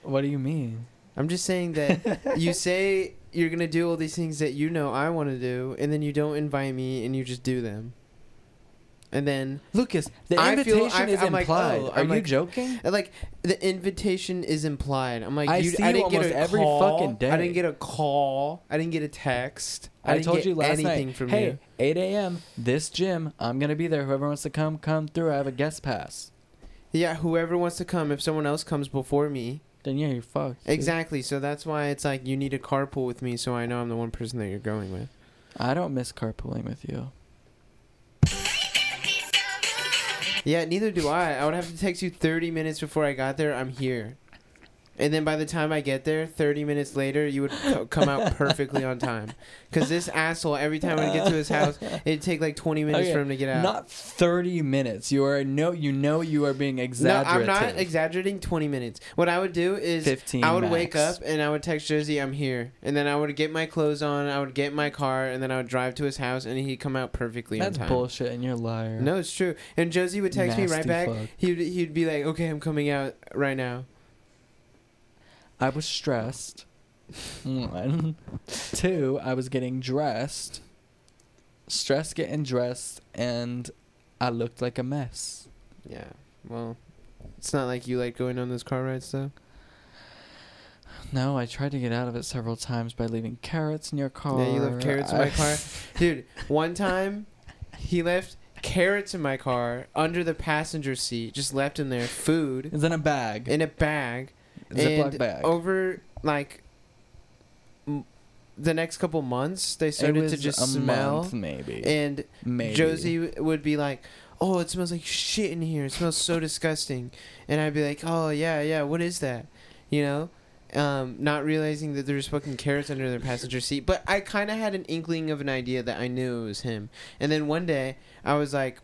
Speaker 2: What do you mean?
Speaker 1: I'm just saying that you say you're gonna do all these things that you know I want to do, and then you don't invite me, and you just do them. And then,
Speaker 2: Lucas, the
Speaker 1: I feel-
Speaker 2: invitation
Speaker 1: I'm-
Speaker 2: is
Speaker 1: I'm like,
Speaker 2: implied.
Speaker 1: oh,
Speaker 2: Are
Speaker 1: I'm
Speaker 2: you
Speaker 1: like-
Speaker 2: joking?
Speaker 1: and, like, the invitation is implied. I'm like,
Speaker 2: I
Speaker 1: you,
Speaker 2: see
Speaker 1: I
Speaker 2: you
Speaker 1: didn't get
Speaker 2: almost
Speaker 1: a
Speaker 2: every
Speaker 1: call.
Speaker 2: fucking day.
Speaker 1: I didn't get a call. I didn't get a text. I,
Speaker 2: I,
Speaker 1: didn't
Speaker 2: told
Speaker 1: get
Speaker 2: you last
Speaker 1: anything
Speaker 2: night.
Speaker 1: from
Speaker 2: hey,
Speaker 1: you.
Speaker 2: 8 a.m. This gym. I'm gonna be there. Whoever wants to come, come through. I have a guest pass.
Speaker 1: Yeah, whoever wants to come. If someone else comes before me,
Speaker 2: Then yeah, you're fucked. dude.
Speaker 1: exactly. So that's why it's like you need a carpool with me, so I know I'm the one person that you're going with.
Speaker 2: I don't miss carpooling with you.
Speaker 1: Yeah, neither do I. I would have to text you 30 minutes before I got there. I'm here. And then by the time I get there, 30 minutes later, you would co- come out perfectly on time. Because this asshole, every time I get to his house, it'd take like 20 minutes
Speaker 2: Okay,
Speaker 1: for him to get out.
Speaker 2: Not 30 minutes. You are no. You know you are being
Speaker 1: no,
Speaker 2: exaggerated.
Speaker 1: I'm not exaggerating 20 minutes. What I would do is
Speaker 2: 15
Speaker 1: I would wake
Speaker 2: max.
Speaker 1: up and I would text Josie, I'm here. And then I would get my clothes on, I would get in my car, and then I would drive to his house, and he'd come out perfectly
Speaker 2: That's
Speaker 1: on time.
Speaker 2: bullshit, and you're a liar.
Speaker 1: No, it's true. And Josie would text me right
Speaker 2: Nasty
Speaker 1: back.
Speaker 2: fuck.
Speaker 1: He'd, he'd be like, okay, I'm coming out right now.
Speaker 2: I was stressed. One. Two, I was getting dressed. Stressed getting dressed, and I looked like a mess.
Speaker 1: Yeah. Well, it's not like you like going on those car rides though.
Speaker 2: No, I tried to get out of it several times by leaving carrots in your car.
Speaker 1: Yeah, you left carrots in my car. Dude, one time he left carrots in my car under the passenger seat. Just left in there, food
Speaker 2: It's in a bag.
Speaker 1: in a bag,
Speaker 2: Ziploc
Speaker 1: and
Speaker 2: bag.
Speaker 1: over like m- the next couple months they
Speaker 2: it
Speaker 1: started
Speaker 2: was
Speaker 1: to just
Speaker 2: a
Speaker 1: smell
Speaker 2: month, maybe.
Speaker 1: and
Speaker 2: maybe.
Speaker 1: Josie would be like, "Oh, it smells like shit in here. It smells so disgusting." And I'd be like, "Oh yeah, yeah. What is that?" You know, um, not realizing that there's fucking carrots under their passenger seat. But I kind of had an inkling of an idea that I knew it was him. And then one day I was like,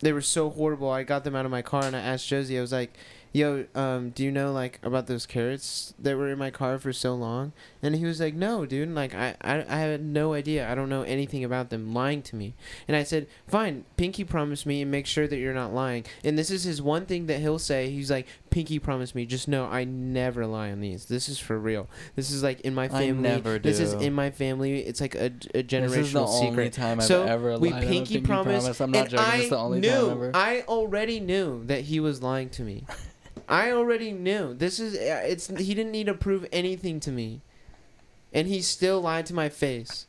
Speaker 1: they were so horrible. I got them out of my car and I asked Josie. I was like. Yo, um, do you know like about those carrots that were in my car for so long? And he was like, "No, dude. Like, I, I, I had no idea. I don't know anything about them. Lying to me." And I said, "Fine, Pinky promised me, and make sure that you're not lying." And this is his one thing that he'll say. He's like, "Pinky promised me. Just know I never lie on these. This is for real. This is like in my
Speaker 2: I
Speaker 1: family.
Speaker 2: never
Speaker 1: This is
Speaker 2: do.
Speaker 1: in my family. It's like a, a generational
Speaker 2: This is the
Speaker 1: secret."
Speaker 2: only time I've
Speaker 1: So,
Speaker 2: ever
Speaker 1: we
Speaker 2: lied on a
Speaker 1: pinky,
Speaker 2: pinky
Speaker 1: promise,
Speaker 2: promise. I'm not
Speaker 1: and
Speaker 2: joking.
Speaker 1: I
Speaker 2: It's the only
Speaker 1: knew,
Speaker 2: time ever.
Speaker 1: I already knew that he was lying to me. I already knew. This is uh, it's he didn't need to prove anything to me. And he still lied to my face.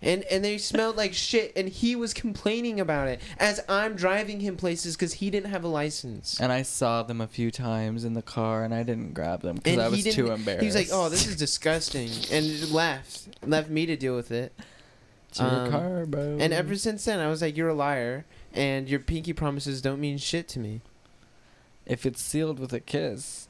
Speaker 1: And and they smelled like shit and he was complaining about it as I'm driving him places cuz he didn't have a license.
Speaker 2: And I saw them a few times in the car, and I didn't grab them because
Speaker 1: And
Speaker 2: I
Speaker 1: he
Speaker 2: was
Speaker 1: didn't-
Speaker 2: too embarrassed.
Speaker 1: He was like, "Oh, this is disgusting," and left, left me to deal with it.
Speaker 2: It's your
Speaker 1: um,
Speaker 2: car, bro."
Speaker 1: And ever since then, I was like, "You're a liar, and your pinky promises don't mean shit to me."
Speaker 2: if it's sealed with a kiss,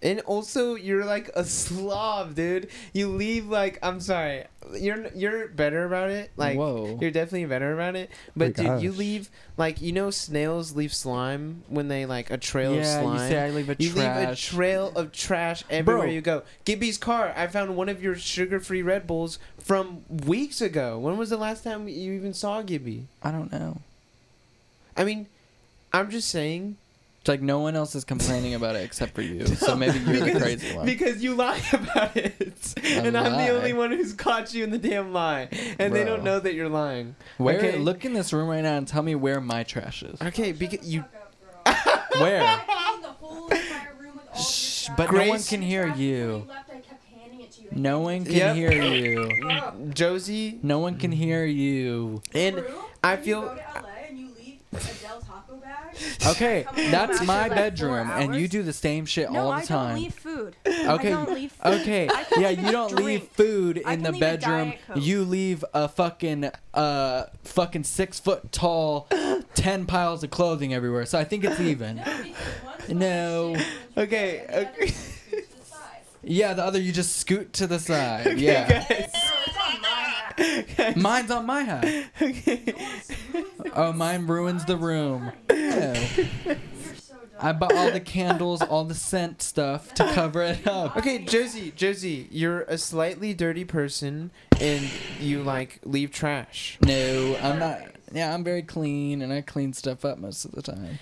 Speaker 1: And also, you're like a slob, dude. You leave like I'm sorry. You're you're better about it. Like
Speaker 2: whoa,
Speaker 1: you're definitely better about it. But dude,
Speaker 3: My
Speaker 1: you
Speaker 3: gosh.
Speaker 1: leave like you know snails leave slime when they like a trail of
Speaker 2: yeah,
Speaker 1: slime.
Speaker 2: you say I leave a
Speaker 1: You leave a
Speaker 2: trash.
Speaker 1: trail of trash everywhere
Speaker 2: Bro.
Speaker 1: you go. Gibby's car. I found one of your sugar-free Red Bulls from weeks ago. When was the last time you even saw Gibby?
Speaker 2: I don't know.
Speaker 1: I mean, I'm just saying
Speaker 2: It's like no one else is complaining about it except for you. So maybe you're the
Speaker 1: because-
Speaker 2: crazy one.
Speaker 1: because you lie about it, and I'm
Speaker 2: lie.
Speaker 1: the only one who's caught you in the damn lie, and they don't
Speaker 2: Bro.
Speaker 1: know that you're lying.
Speaker 2: Where?
Speaker 1: okay.
Speaker 2: Look in this room right now and tell me where my trash is.
Speaker 1: Okay, because you.
Speaker 2: Where? Shh,
Speaker 4: Shh,
Speaker 2: but
Speaker 1: no one
Speaker 2: can hear you. No one can
Speaker 1: Yep.
Speaker 2: hear you.
Speaker 1: Josie
Speaker 2: No one can hear you.
Speaker 1: and I feel-
Speaker 2: Okay,
Speaker 4: Coming
Speaker 2: that's
Speaker 4: back
Speaker 2: my
Speaker 4: in like four
Speaker 2: bedroom, and you
Speaker 4: hours?
Speaker 2: do the same shit
Speaker 4: No,
Speaker 2: all
Speaker 4: I
Speaker 2: the
Speaker 4: don't
Speaker 2: time.
Speaker 4: leave food.
Speaker 2: Okay,
Speaker 4: I don't leave food.
Speaker 2: Okay,
Speaker 4: I can
Speaker 2: yeah,
Speaker 4: leave
Speaker 2: you
Speaker 4: a
Speaker 2: don't leave
Speaker 4: drink.
Speaker 2: food
Speaker 4: I
Speaker 2: in
Speaker 4: can
Speaker 2: the
Speaker 4: leave a
Speaker 2: bedroom.
Speaker 4: Diet Coke.
Speaker 2: You leave a fucking uh fucking six foot tall, ten piles of clothing everywhere. So I think it's even. No.
Speaker 1: Okay, okay.
Speaker 2: Yeah, the other you just scoot to the side. yeah, mine's on my hat.
Speaker 1: okay.
Speaker 2: Oh, mine ruins the room. No.
Speaker 4: You're so dumb.
Speaker 2: I bought all the candles, all the scent stuff to cover it up.
Speaker 1: Okay, Josie, Josie, you're a slightly dirty person and you like leave trash.
Speaker 2: No, I'm not. Yeah, I'm very clean and I clean stuff up most of the time.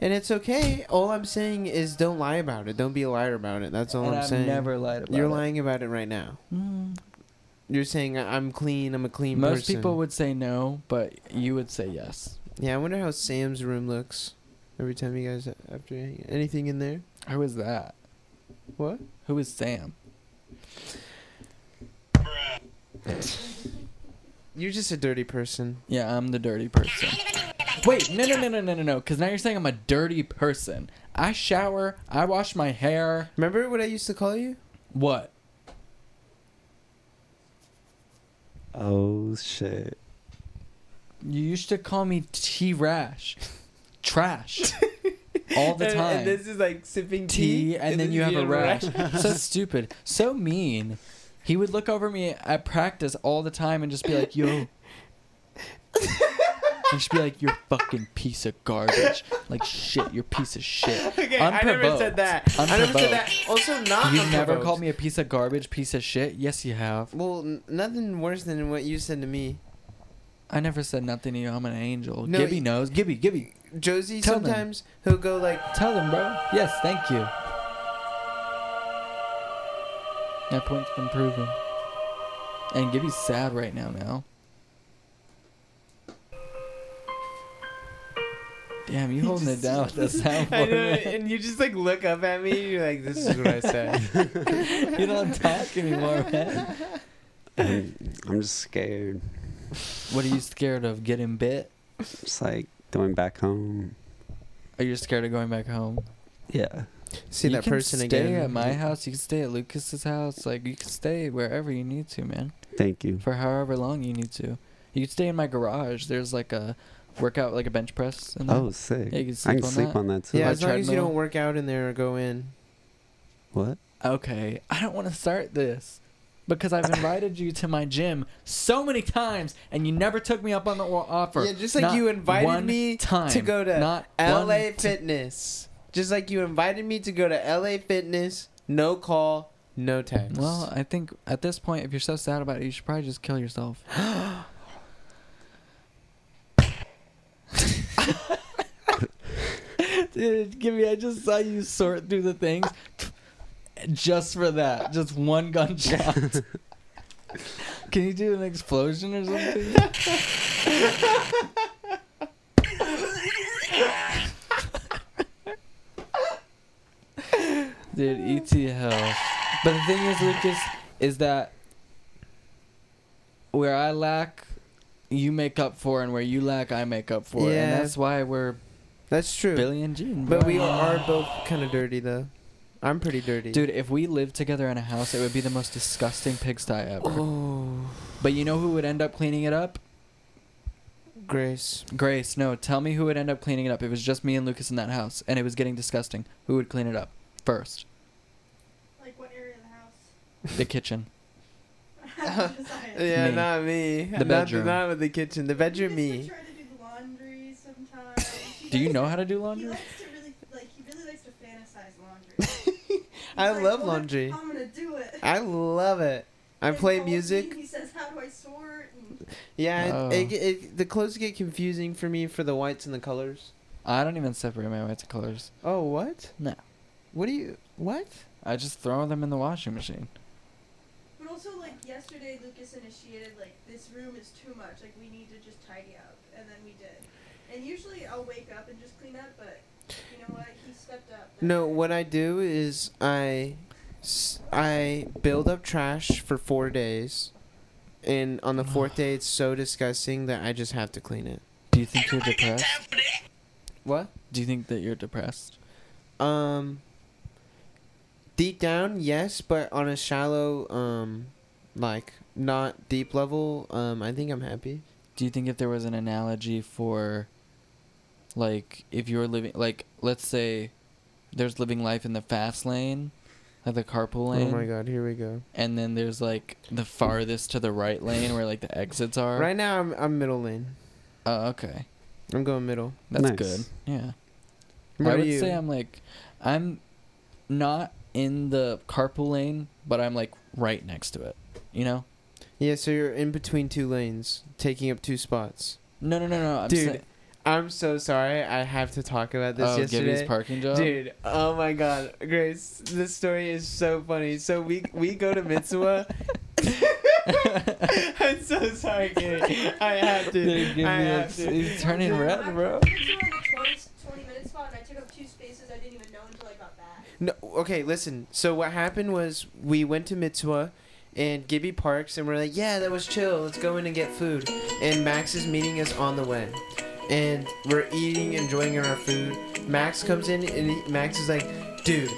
Speaker 1: And it's okay. All I'm saying is don't lie about it. Don't be a liar about it. That's all
Speaker 2: and
Speaker 1: I'm
Speaker 2: I've
Speaker 1: saying.
Speaker 2: never lied about
Speaker 1: you're
Speaker 2: it.
Speaker 1: lying about it right now.
Speaker 2: Mm.
Speaker 1: You're saying "I- I'm clean, I'm a clean
Speaker 2: Most
Speaker 1: person.
Speaker 2: people would say no, but you would say yes.
Speaker 1: Yeah, I wonder how Sam's room looks every time you guys after anything in there.
Speaker 2: Who is that?
Speaker 1: What?
Speaker 2: Who is Sam?
Speaker 1: You're just a dirty person.
Speaker 2: Yeah, I'm the dirty person. Wait, no, no, no, no, no, no, no. Because now you're saying I'm a dirty person. I shower. I wash my hair.
Speaker 1: Remember what I used to call you?
Speaker 2: What?
Speaker 3: Oh shit.
Speaker 2: You used to call me T Rash. Trash. All the
Speaker 1: And-
Speaker 2: time.
Speaker 1: And this is like sipping tea,
Speaker 2: T, and then you have a rash. so stupid. So mean. He would look over me at practice all the time and just be like, yo. And just be like, you're fucking piece of garbage. Like, shit, you're piece of shit.
Speaker 1: Okay, I never said
Speaker 2: Unprovoked.
Speaker 1: that. I never said that. Also, not
Speaker 2: You've never
Speaker 1: unprovoked.
Speaker 2: called me a piece of garbage, piece of shit? Yes, you have.
Speaker 1: Well, n- nothing worse than what you said to me,
Speaker 2: I never said nothing to you. I'm an angel.
Speaker 1: No,
Speaker 2: Gibby
Speaker 1: you-
Speaker 2: knows. Gibby, Gibby.
Speaker 1: Josie.
Speaker 2: Tell them.
Speaker 1: sometimes he'll go like,
Speaker 2: Tell them, bro. Yes, thank you. That point's been proven. And Gibby's sad right now, now. Damn, you holding it down with that sound for
Speaker 1: I know,
Speaker 2: me.
Speaker 1: and you just like look up at me. You're like, this is what I said.
Speaker 2: You don't talk anymore, man.
Speaker 3: I'm, I'm just scared.
Speaker 2: What are you scared of? Getting bit?
Speaker 3: It's like going back home.
Speaker 2: Are you scared of going back home?
Speaker 3: Yeah.
Speaker 1: See
Speaker 2: you
Speaker 1: that
Speaker 2: can
Speaker 1: person
Speaker 2: stay
Speaker 1: again.
Speaker 2: at my house. You can stay at Lucas's house. Like you can stay wherever you need to, man.
Speaker 3: Thank
Speaker 1: Mm.
Speaker 3: you.
Speaker 2: For however long you need to. You can stay in my garage. There's like a workout, like a bench press. In there.
Speaker 3: Oh, sick.
Speaker 2: Yeah, you can
Speaker 3: I
Speaker 2: sleep
Speaker 3: can
Speaker 2: on
Speaker 3: sleep
Speaker 2: that.
Speaker 3: on that too.
Speaker 1: Yeah,
Speaker 2: my
Speaker 1: as long as you
Speaker 2: treadmill.
Speaker 1: don't work out in there or go in.
Speaker 3: What?
Speaker 2: Okay, I don't want to start this because I've invited you to my gym so many times and you never took me up on the o- offer.
Speaker 1: Yeah, just like
Speaker 2: Not
Speaker 1: you invited
Speaker 2: one
Speaker 1: me
Speaker 2: time.
Speaker 1: to go to
Speaker 2: Not one
Speaker 1: LA
Speaker 2: t-
Speaker 1: Fitness. Just like you invited me to go to LA Fitness, no call, no text.
Speaker 2: Well, I think at this point, if you're so sad about it, you should probably just kill yourself. Dude, give me. I just saw you sort through the things just for that. Just one gunshot. Can you do an explosion or something? Dude, ET hell. But the thing is, Lucas, is that where I lack, you make up for, and where you lack, I make up for.
Speaker 1: Yeah.
Speaker 2: And that's why we're
Speaker 1: that's true.
Speaker 2: billion gene.
Speaker 1: But
Speaker 2: bro.
Speaker 1: we are both kind of dirty though. I'm pretty dirty.
Speaker 2: Dude, if we lived together in a house, it would be the most disgusting pigsty ever.
Speaker 1: Oh,
Speaker 2: But you know who would end up cleaning it up?
Speaker 1: Grace.
Speaker 2: Grace, no, tell me who would end up cleaning it up. It was just me and Lucas in that house, and it was getting disgusting. Who would clean it up first?
Speaker 4: Like what area of
Speaker 2: The kitchen.
Speaker 4: the house? Besides-
Speaker 1: Yeah,
Speaker 2: Me.
Speaker 1: not me.
Speaker 2: The bedroom.
Speaker 1: Not, not with the kitchen. The bedroom,
Speaker 4: Lucas would
Speaker 1: me.
Speaker 4: try to do the laundry sometimes. He
Speaker 2: Do you
Speaker 4: likes
Speaker 2: know
Speaker 4: to-
Speaker 2: how to do
Speaker 4: He
Speaker 2: laundry?
Speaker 4: likes to really like. He really likes to fantasize laundry. He's
Speaker 1: I
Speaker 4: like,
Speaker 1: love
Speaker 4: "Oh,
Speaker 1: laundry.
Speaker 4: I'm gonna do it.
Speaker 1: I love it. I
Speaker 4: And
Speaker 1: play
Speaker 4: calls me
Speaker 1: music.
Speaker 4: and He says, "How do I sort?" And
Speaker 1: Yeah,
Speaker 2: Oh.
Speaker 1: it, it, it, the clothes get confusing for me for the whites and the colors.
Speaker 2: I don't even separate my whites and colors.
Speaker 1: Oh, what?
Speaker 2: No.
Speaker 1: What do you? What?
Speaker 2: I just throw them in the washing machine.
Speaker 4: but also like yesterday, Lucas initiated like this room is too much. Like we need to just tidy up, and then we did. And usually I'll wake up and just clean up, but you know what? He stepped up. that
Speaker 1: No,
Speaker 4: day.
Speaker 1: what I do is I, s- I build up trash for four days, and on the fourth day it's so disgusting that I just have to clean it.
Speaker 2: Do you think you're depressed?
Speaker 1: What?
Speaker 2: Do you think that you're depressed?
Speaker 1: Um. Deep down, yes, but on a shallow, um, like not deep level, um, I think I'm happy.
Speaker 2: Do you think if there was an analogy for, like, if you're living, like, let's say there's living life in the fast lane, like the carpool lane,
Speaker 1: Oh my god, here we go.
Speaker 2: and then there's, like, the farthest to the right lane where, like, the exits are?
Speaker 1: Right now, I'm I'm middle lane.
Speaker 2: Oh, okay.
Speaker 1: I'm going middle.
Speaker 2: That's
Speaker 3: Nice.
Speaker 2: good. Yeah.
Speaker 1: What
Speaker 2: I
Speaker 1: are
Speaker 2: would
Speaker 1: you?
Speaker 2: say I'm like, I'm not in the carpool lane, but I'm like right next to it. You know?
Speaker 1: Yeah, so you're in between two lanes, taking up two spots.
Speaker 2: No, no, no, no. I'm
Speaker 1: Dude,
Speaker 2: sa-
Speaker 1: I'm so sorry. I have to talk about this
Speaker 2: oh, Gibby's
Speaker 1: yesterday.
Speaker 2: parking job.
Speaker 1: Dude, oh my god, Grace, this story is so funny. So we we go to Mitsuwa. I'm so sorry, Gibby. I have to.
Speaker 2: Dude, Gibby
Speaker 1: I have
Speaker 2: looks-
Speaker 1: to.
Speaker 2: he's turning
Speaker 4: No,
Speaker 2: red,
Speaker 4: I-
Speaker 2: bro.
Speaker 4: I took like a 20, 20 minute spot and I took up two spaces I didn't even know until I got back.
Speaker 1: No, okay, listen. So what happened was we went to Mitsuwa and Gibby Parks, and we're like, yeah, that was chill. Let's go in and get food. And Max is meeting us on the way, and we're eating, enjoying our food. Max comes in, and he, Max is like, dude.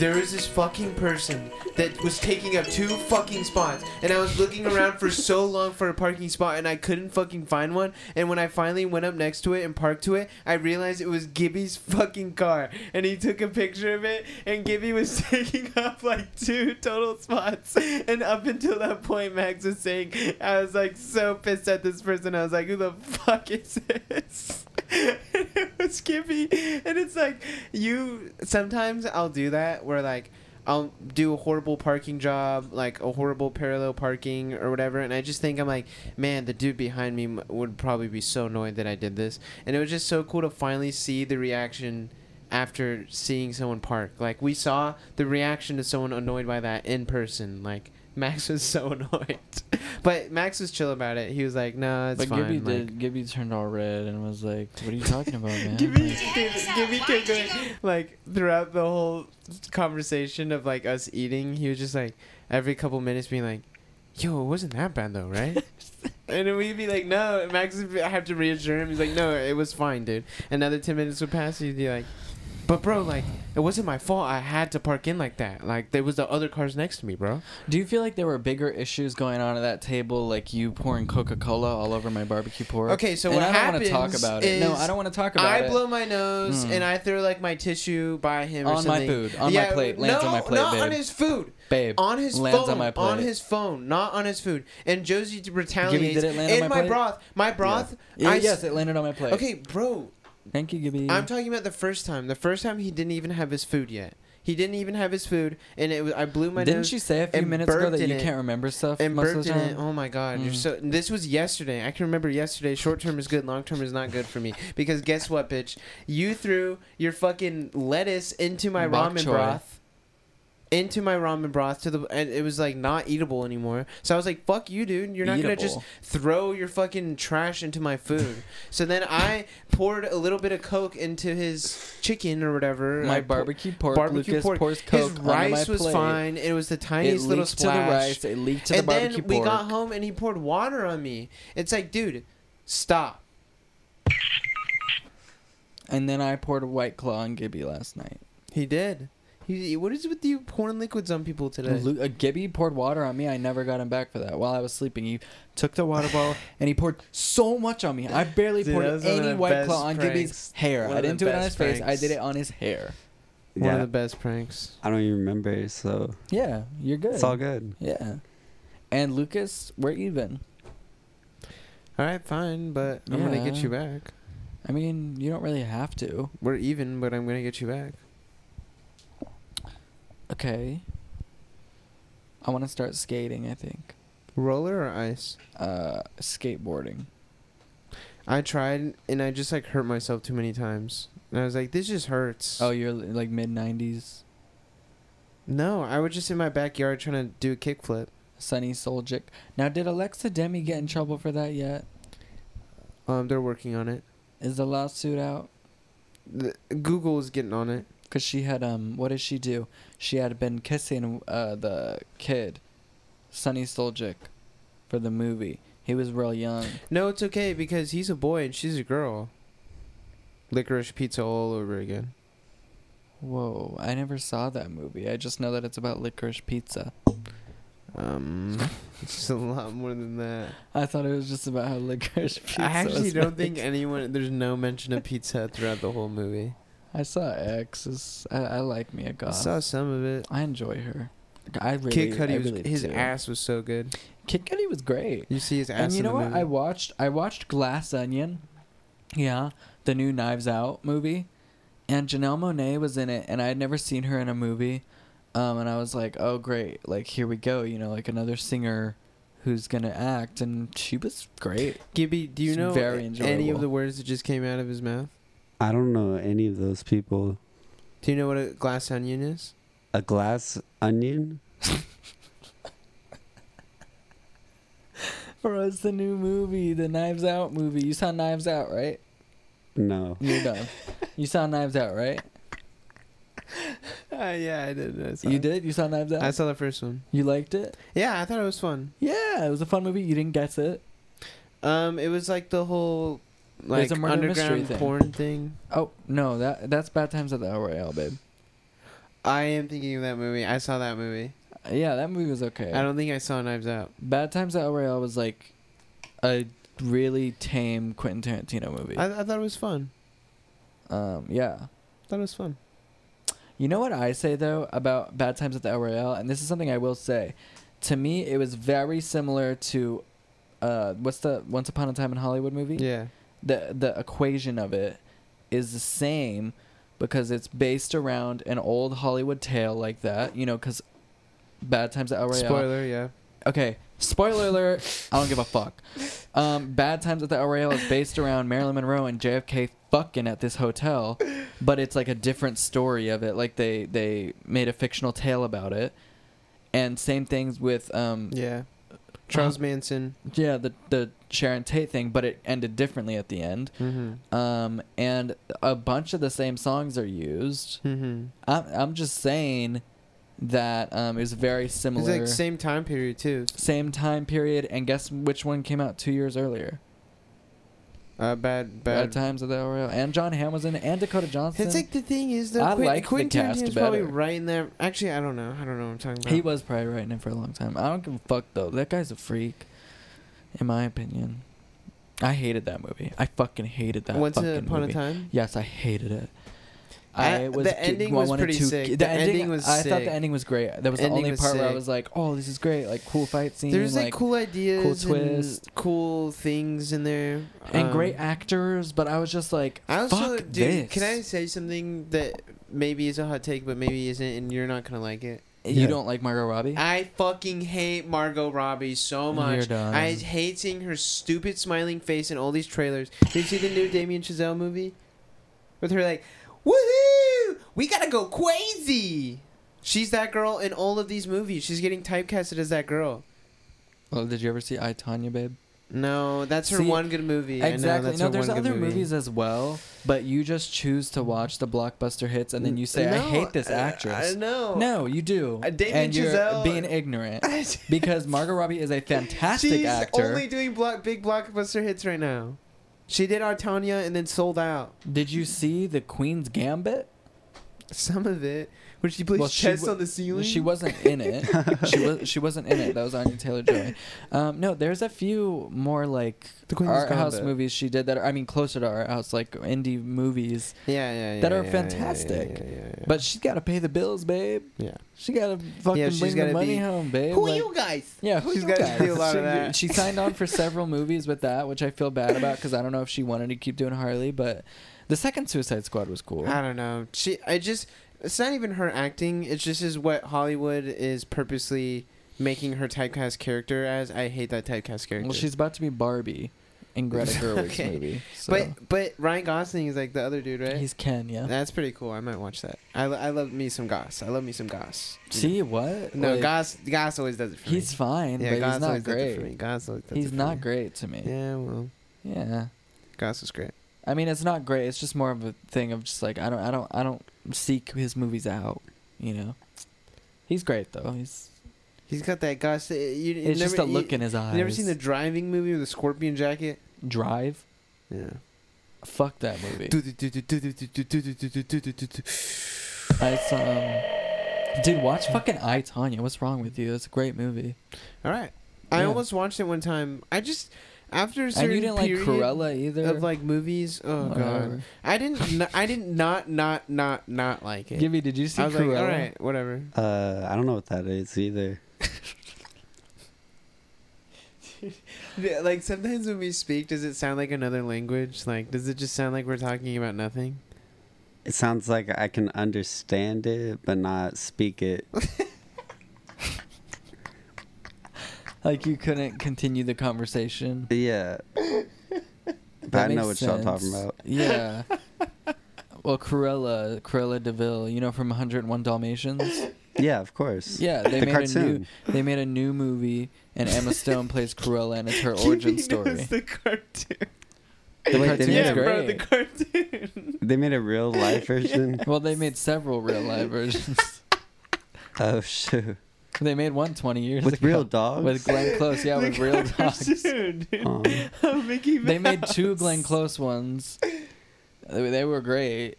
Speaker 1: There is this fucking person that was taking up two fucking spots, and I was looking around for so long for a parking spot, and I couldn't fucking find one. And when I finally went up next to it and parked to it, I realized it was Gibby's fucking car. And he took a picture of it, and Gibby was taking up like two total spots. And up until that point, Max was saying, I was like so pissed at this person. I was like, who the fuck is this? and it was Gibby. And it's like, you sometimes I'll do that where like, I'll do a horrible parking job, like a horrible parallel parking or whatever, and I just think I'm like, man, the dude behind me m- would probably be so annoyed that I did this. And it was just so cool to finally see the reaction after seeing someone park. Like we saw the reaction to someone annoyed by that in person. Like Max was so annoyed, but Max was chill about it. He was like, "No, it's
Speaker 2: but
Speaker 1: fine."
Speaker 2: Gibby
Speaker 1: like-
Speaker 2: did. Gibby turned all red and was like, "What are you talking about, man?"
Speaker 1: Gibby,
Speaker 2: Like,
Speaker 1: dude, Gibby kept going like throughout the whole conversation of like us eating. He was just like every couple minutes being like, "Yo, it wasn't that bad though, right?" and then we'd be like, "No." and Max, would be- I have to reassure him. He's like, "No, it was fine, dude." Another ten minutes would pass. He'd be like, "But bro, like it wasn't my fault. I had to park in like that. Like there was the other cars next to me, bro."
Speaker 2: Do you feel like there were bigger issues going on at that table, like you pouring Coca Cola all over my barbecue pork?
Speaker 1: Okay, so
Speaker 2: and
Speaker 1: what
Speaker 2: I don't wanna talk
Speaker 1: happens
Speaker 2: about it. No,
Speaker 1: is
Speaker 2: I don't want to talk about
Speaker 1: I
Speaker 2: it.
Speaker 1: blow my nose
Speaker 2: Mm.
Speaker 1: and I throw like my tissue by him or
Speaker 2: on my
Speaker 1: something.
Speaker 2: food, on my plate, lands
Speaker 1: no,
Speaker 2: on my plate,
Speaker 1: not
Speaker 2: babe.
Speaker 1: on his food.
Speaker 2: babe,
Speaker 1: on his
Speaker 2: lands
Speaker 1: phone,
Speaker 2: on my plate.
Speaker 1: his phone, not on his food. And Josie d- retaliates
Speaker 2: did it land on
Speaker 1: in
Speaker 2: my
Speaker 1: my,
Speaker 2: plate?
Speaker 1: broth. My broth.
Speaker 2: Yeah,
Speaker 1: I s-
Speaker 2: yes, it landed on my plate.
Speaker 1: Okay, bro.
Speaker 2: thank you, Gibby.
Speaker 1: I'm talking about the first time. The first time he didn't even have his food yet. He didn't even have his food, and it was, I blew my
Speaker 2: Didn't
Speaker 1: nose
Speaker 2: you say a few
Speaker 1: and
Speaker 2: minutes ago
Speaker 1: burped
Speaker 2: that
Speaker 1: in
Speaker 2: you
Speaker 1: it
Speaker 2: can't remember stuff
Speaker 1: and
Speaker 2: most of
Speaker 1: burped
Speaker 2: the
Speaker 1: in it.
Speaker 2: time?
Speaker 1: Oh my god, you're
Speaker 2: Mm.
Speaker 1: so. This was yesterday. I can remember yesterday. Short term is good. Long term is not good for me because guess what, bitch? You threw your fucking lettuce into my
Speaker 2: Bok
Speaker 1: ramen
Speaker 2: choy.
Speaker 1: broth. Into my ramen broth to the and it was like not eatable anymore. So I was like, "Fuck you, dude! You're not gonna just
Speaker 2: Eatable.
Speaker 1: throw your fucking trash into my food." so then I poured a little bit of coke into his chicken or whatever.
Speaker 2: My
Speaker 1: I pou-
Speaker 2: barbecue pork.
Speaker 1: barbecue
Speaker 2: Lucas
Speaker 1: pork.
Speaker 2: pours
Speaker 1: His
Speaker 2: Coke onto my
Speaker 1: rice was
Speaker 2: plate.
Speaker 1: fine. It was the
Speaker 2: It
Speaker 1: tiniest little
Speaker 2: leaked to the
Speaker 1: splash
Speaker 2: rice. It leaked to the
Speaker 1: and then
Speaker 2: barbecue
Speaker 1: we
Speaker 2: pork.
Speaker 1: got home and he poured water on me. It's like, dude, stop.
Speaker 2: And then I poured a white claw on Gibby last night.
Speaker 1: He did. He, what is with you pouring liquids on people today?
Speaker 2: Lu- uh, Gibby poured water on me. I never got him back for that. While I was sleeping, he took the water bottle and he poured so much on me. I barely
Speaker 1: Dude, that
Speaker 2: poured
Speaker 1: was one of
Speaker 2: any
Speaker 1: the
Speaker 2: white claw on
Speaker 1: best
Speaker 2: Gibby's
Speaker 1: pranks.
Speaker 2: hair.
Speaker 1: One of
Speaker 2: I
Speaker 1: the
Speaker 2: didn't do it on his
Speaker 1: best
Speaker 2: face. I
Speaker 1: pranks.
Speaker 2: did it on his hair.
Speaker 1: One of
Speaker 3: Yeah,
Speaker 1: the best pranks.
Speaker 3: I don't even remember, so
Speaker 2: Yeah, you're good.
Speaker 3: it's all good.
Speaker 2: Yeah. And Lucas, we're even.
Speaker 1: All right, fine, but I'm gonna get
Speaker 2: Yeah.
Speaker 1: you back.
Speaker 2: I mean, you don't really have to.
Speaker 1: We're even, but I'm gonna get you back.
Speaker 2: Okay. I want to start skating, I think.
Speaker 1: Roller or ice?
Speaker 2: Uh, skateboarding.
Speaker 1: I tried and I just like hurt myself too many times. And I was like, this just hurts.
Speaker 2: Oh, you're li- like mid 90s.
Speaker 1: no, I was just in my backyard trying to do a kickflip.
Speaker 2: Sunny Soljic. Now, did Alexa Demi get in trouble for that yet?
Speaker 1: Um, they're working on it.
Speaker 2: Is the lawsuit out?
Speaker 1: The, Google is getting on it.
Speaker 2: Cause she had um, what did she do? She had been kissing uh the kid, Sunny Soljic, for the movie. He was real young.
Speaker 1: No, it's okay because he's a boy and she's a girl. Licorice pizza all over again.
Speaker 2: Whoa! I never saw that movie. I just know that it's about licorice pizza.
Speaker 1: Um, it's just a lot more than that.
Speaker 2: I thought it was just about how licorice pizza.
Speaker 1: I actually
Speaker 2: was
Speaker 1: don't think
Speaker 2: made.
Speaker 1: anyone. There's no mention of pizza throughout the whole movie.
Speaker 2: I saw X. It's- I, I like Mia
Speaker 1: I
Speaker 2: Goth.
Speaker 1: saw some of it.
Speaker 2: I enjoy her. I really.
Speaker 1: Kid Cudi
Speaker 2: I
Speaker 1: was
Speaker 2: really
Speaker 1: his
Speaker 2: do.
Speaker 1: ass was so good.
Speaker 2: Kid Cudi was great.
Speaker 1: You see his ass.
Speaker 2: and you
Speaker 1: in
Speaker 2: know
Speaker 1: the
Speaker 2: what?
Speaker 1: Movie.
Speaker 2: I watched I watched Glass Onion. Yeah, the new Knives Out movie, and Janelle Monet was in it, and I had never seen her in a movie. Um, and I was like, oh, great. Like, here we go. You know, like another singer who's going to act. And she was great.
Speaker 1: Gibby, do you
Speaker 2: It's
Speaker 1: know
Speaker 2: very
Speaker 1: any
Speaker 2: enjoyable.
Speaker 1: of the words that just came out of his mouth?
Speaker 3: I don't know any of those people.
Speaker 1: Do you know what a glass onion is?
Speaker 3: A glass onion?
Speaker 2: Bro, it's the new movie, the Knives Out movie. You saw Knives Out, right?
Speaker 3: No.
Speaker 2: You're done. you saw Knives Out, right?
Speaker 1: Uh, yeah, I did. I saw
Speaker 2: You
Speaker 1: it.
Speaker 2: did? You saw Knives Out?
Speaker 1: I saw the first one.
Speaker 2: you liked it?
Speaker 1: Yeah, I thought it was fun.
Speaker 2: Yeah, it was a fun movie. You didn't guess it.
Speaker 1: Um, it was like the whole like
Speaker 2: a murder mystery
Speaker 1: underground
Speaker 2: thing.
Speaker 1: porn thing.
Speaker 2: Oh, no, that that's Bad Times at the El Royale, babe.
Speaker 1: I am thinking of that movie. I saw that movie.
Speaker 2: Uh, Yeah, that movie was okay.
Speaker 1: I don't think I saw Knives Out.
Speaker 2: Bad Times at El Royale was like a really tame Quentin Tarantino movie.
Speaker 1: I, I thought it was fun.
Speaker 2: um, yeah.
Speaker 1: Thought it was fun.
Speaker 2: You know what I say though about Bad Times at the El Royale, and this is something I will say. To me, it was very similar to uh, what's the Once Upon a Time in Hollywood movie?
Speaker 1: Yeah.
Speaker 2: The the equation of it is the same because it's based around an old Hollywood tale like that. You know, because Bad Times at El Royale.
Speaker 1: Spoiler. Yeah.
Speaker 2: okay, spoiler alert. I don't give a fuck. Um, Bad Times at the El Royale is based around Marilyn Monroe and JFK fucking at this hotel, but it's like a different story of it. Like they they made a fictional tale about it, and same things with um
Speaker 1: Yeah. Charles Manson.
Speaker 2: yeah the the Sharon Tate thing, but it ended differently at the end.
Speaker 1: Mm-hmm.
Speaker 2: Um, and a bunch of the same songs are used.
Speaker 1: Mm-hmm.
Speaker 2: I'm I'm just saying that um it was very
Speaker 1: It's
Speaker 2: similar.
Speaker 1: like same time period too.
Speaker 2: same time period, and guess which one came out two years earlier?
Speaker 1: Uh, bad,
Speaker 2: Bad,
Speaker 1: bad.
Speaker 2: Times at the El Royale. And John Hamm was in it, and Dakota Johnson.
Speaker 1: It's like the thing is though.
Speaker 2: I
Speaker 1: Quentin,
Speaker 2: like the
Speaker 1: Quentin
Speaker 2: cast
Speaker 1: Tarantino's probably
Speaker 2: better.
Speaker 1: right in there. Actually, I don't know. I don't know what I'm talking about.
Speaker 2: he was probably writing it for a long time. I don't give a fuck though. That guy's a freak, in my opinion. I hated that movie. I fucking hated that
Speaker 1: Once
Speaker 2: fucking
Speaker 1: upon
Speaker 2: movie.
Speaker 1: a time.
Speaker 2: Yes, I hated it.
Speaker 1: I-
Speaker 2: I was
Speaker 1: the
Speaker 2: g-
Speaker 1: ending
Speaker 2: I
Speaker 1: was
Speaker 2: wanted
Speaker 1: pretty
Speaker 2: to-
Speaker 1: sick.
Speaker 2: The,
Speaker 1: The
Speaker 2: ending,
Speaker 1: ending was
Speaker 2: I thought
Speaker 1: sick.
Speaker 2: the ending was great. That was
Speaker 1: Ending
Speaker 2: the only
Speaker 1: was
Speaker 2: part where I
Speaker 1: sick.
Speaker 2: was like, "Oh, this is great! Like cool fight scene,
Speaker 1: There's like,
Speaker 2: like,
Speaker 1: cool ideas,
Speaker 2: twist.
Speaker 1: and cool things in there,
Speaker 2: and
Speaker 1: Um,
Speaker 2: great actors." But I was just like,
Speaker 1: I also,
Speaker 2: "Fuck
Speaker 1: dude,
Speaker 2: this!"
Speaker 1: can I say something that maybe is a hot take, but maybe isn't, and you're not gonna like it?
Speaker 2: You
Speaker 3: Yeah.
Speaker 2: don't like Margot Robbie?
Speaker 1: I fucking hate Margot Robbie so much.
Speaker 2: You're done.
Speaker 1: I hate seeing her stupid smiling face in all these trailers. Did you see the new Damien Chazelle movie? With her like, woohoo! We gotta go crazy! She's that girl in all of these movies. She's getting typecasted as that girl.
Speaker 2: Well, did you ever see I Tanya, babe?
Speaker 1: No, that's her
Speaker 2: See,
Speaker 1: one good movie. I know
Speaker 2: Exactly.
Speaker 1: that's
Speaker 2: no,
Speaker 1: her
Speaker 2: there's
Speaker 1: one good
Speaker 2: other
Speaker 1: movie.
Speaker 2: movies as well, but you just choose to watch the blockbuster hits and then you say, "I
Speaker 1: No,
Speaker 2: hate this
Speaker 1: uh,
Speaker 2: actress."
Speaker 1: I know.
Speaker 2: No, you do.
Speaker 1: Uh, Damien
Speaker 2: and you're
Speaker 1: Chazelle- uh,
Speaker 2: being ignorant because Margot Robbie is a fantastic
Speaker 1: She's
Speaker 2: actor.
Speaker 1: only doing block, big blockbuster hits right now. She did Artanya and then sold out.
Speaker 2: Did you see the Queen's Gambit?
Speaker 1: Some of it. When she plays
Speaker 2: Well, she
Speaker 1: chess
Speaker 2: wa-
Speaker 1: on the ceiling.
Speaker 2: She wasn't in it. she was. She wasn't in it. That was Anya Taylor Joy. Um, no, there's a few more like
Speaker 1: The Queen's
Speaker 2: art house
Speaker 1: Gambit.
Speaker 2: movies she did that. Are, I mean, closer to art house, like indie movies.
Speaker 1: yeah, yeah, yeah,
Speaker 2: that are
Speaker 1: yeah, yeah, yeah,
Speaker 2: fantastic.
Speaker 1: Yeah, yeah, yeah,
Speaker 2: But she's got to pay the bills, babe.
Speaker 1: Yeah.
Speaker 2: She gotta fucking
Speaker 1: she's
Speaker 2: bring
Speaker 1: gotta
Speaker 2: the money
Speaker 1: be-
Speaker 2: home, babe.
Speaker 1: who
Speaker 2: Like,
Speaker 1: are you guys?
Speaker 2: Yeah, who
Speaker 1: She's
Speaker 2: you
Speaker 1: gotta
Speaker 2: guys?
Speaker 1: do a lot of
Speaker 2: She-
Speaker 1: that.
Speaker 2: She signed on for several movies with that, which I feel bad about because I don't know if she wanted to keep doing Harley. But the second Suicide Squad was cool.
Speaker 1: I don't know. She. I just. It's not even her acting. It's just is what Hollywood is purposely making her typecast character as. I hate that typecast character.
Speaker 2: Well, she's about to be Barbie in Greta Gerwig's
Speaker 1: Okay.
Speaker 2: movie. So.
Speaker 1: But but Ryan Gosling is like the other dude, right?
Speaker 2: he's Ken, yeah.
Speaker 1: That's pretty cool. I might watch that. I, lo- I love me some Goss. I love me some Goss.
Speaker 2: See what?
Speaker 1: No,
Speaker 2: Like,
Speaker 1: Goss Goss always does it for
Speaker 2: He's
Speaker 1: me.
Speaker 2: fine,
Speaker 1: yeah,
Speaker 2: but
Speaker 1: Goss
Speaker 2: he's not
Speaker 1: always does it for me.
Speaker 2: great.
Speaker 1: Goss always does it
Speaker 2: He's
Speaker 1: for
Speaker 2: not
Speaker 1: me.
Speaker 2: great to me.
Speaker 1: Yeah, well,
Speaker 2: yeah.
Speaker 1: Goss is great.
Speaker 2: I mean, it's not great. It's just more of a thing of just like I don't, I don't, I don't seek his movies out. You know, he's great though. He's
Speaker 1: He's got that Goss. You, you never,
Speaker 2: it's just a
Speaker 1: you-
Speaker 2: look in his eyes.
Speaker 1: You never seen the driving movie with the scorpion jacket?
Speaker 2: Drive?
Speaker 1: Yeah.
Speaker 2: Fuck that movie.
Speaker 1: All
Speaker 2: I saw. um, dude, watch fucking I Tanya. What's wrong with you? That's a great movie.
Speaker 1: right. I
Speaker 2: Yeah.
Speaker 1: almost watched it one time. I just after a certain
Speaker 2: And you didn't like
Speaker 1: period
Speaker 2: Cruella either.
Speaker 1: of like movies. Oh god.
Speaker 2: Whatever.
Speaker 1: I didn't. N- I didn't not not not not like it.
Speaker 2: Gibby, did you see
Speaker 1: I was
Speaker 2: Cruella?
Speaker 1: like, all right, whatever.
Speaker 3: Uh, I don't know what that is either.
Speaker 1: Yeah, like sometimes when we speak, does it sound like another language? Like, does it just sound like we're talking about nothing?
Speaker 3: It sounds like I can understand it, but not speak it.
Speaker 2: Like you couldn't continue the conversation.
Speaker 3: Yeah. But
Speaker 2: That
Speaker 3: I know what
Speaker 2: makes
Speaker 3: y'all talking
Speaker 2: sense.
Speaker 3: about.
Speaker 2: Yeah. well, Cruella, Cruella Deville, you know from 101 Dalmatians.
Speaker 3: Yeah, of course.
Speaker 2: Yeah, they
Speaker 3: the
Speaker 2: made a new
Speaker 3: cartoon.
Speaker 2: they made a new movie, and Emma Stone plays Cruella, and it's her origin story.
Speaker 1: the cartoon.
Speaker 2: The
Speaker 3: Wait, they
Speaker 2: cartoon's
Speaker 3: made
Speaker 1: yeah,
Speaker 3: a-
Speaker 2: great.
Speaker 1: bro, the cartoon.
Speaker 3: They made a real life version.
Speaker 2: Well, they made several real life versions.
Speaker 3: Oh shoot!
Speaker 2: they made one 20 years
Speaker 3: With
Speaker 2: ago.
Speaker 3: real dogs.
Speaker 2: With Glenn Close, yeah,
Speaker 1: The
Speaker 2: with real dogs.
Speaker 1: cartoon, dude.
Speaker 3: Um,
Speaker 1: Oh, Mickey Mouse.
Speaker 2: They made two Glenn Close ones. They they were great.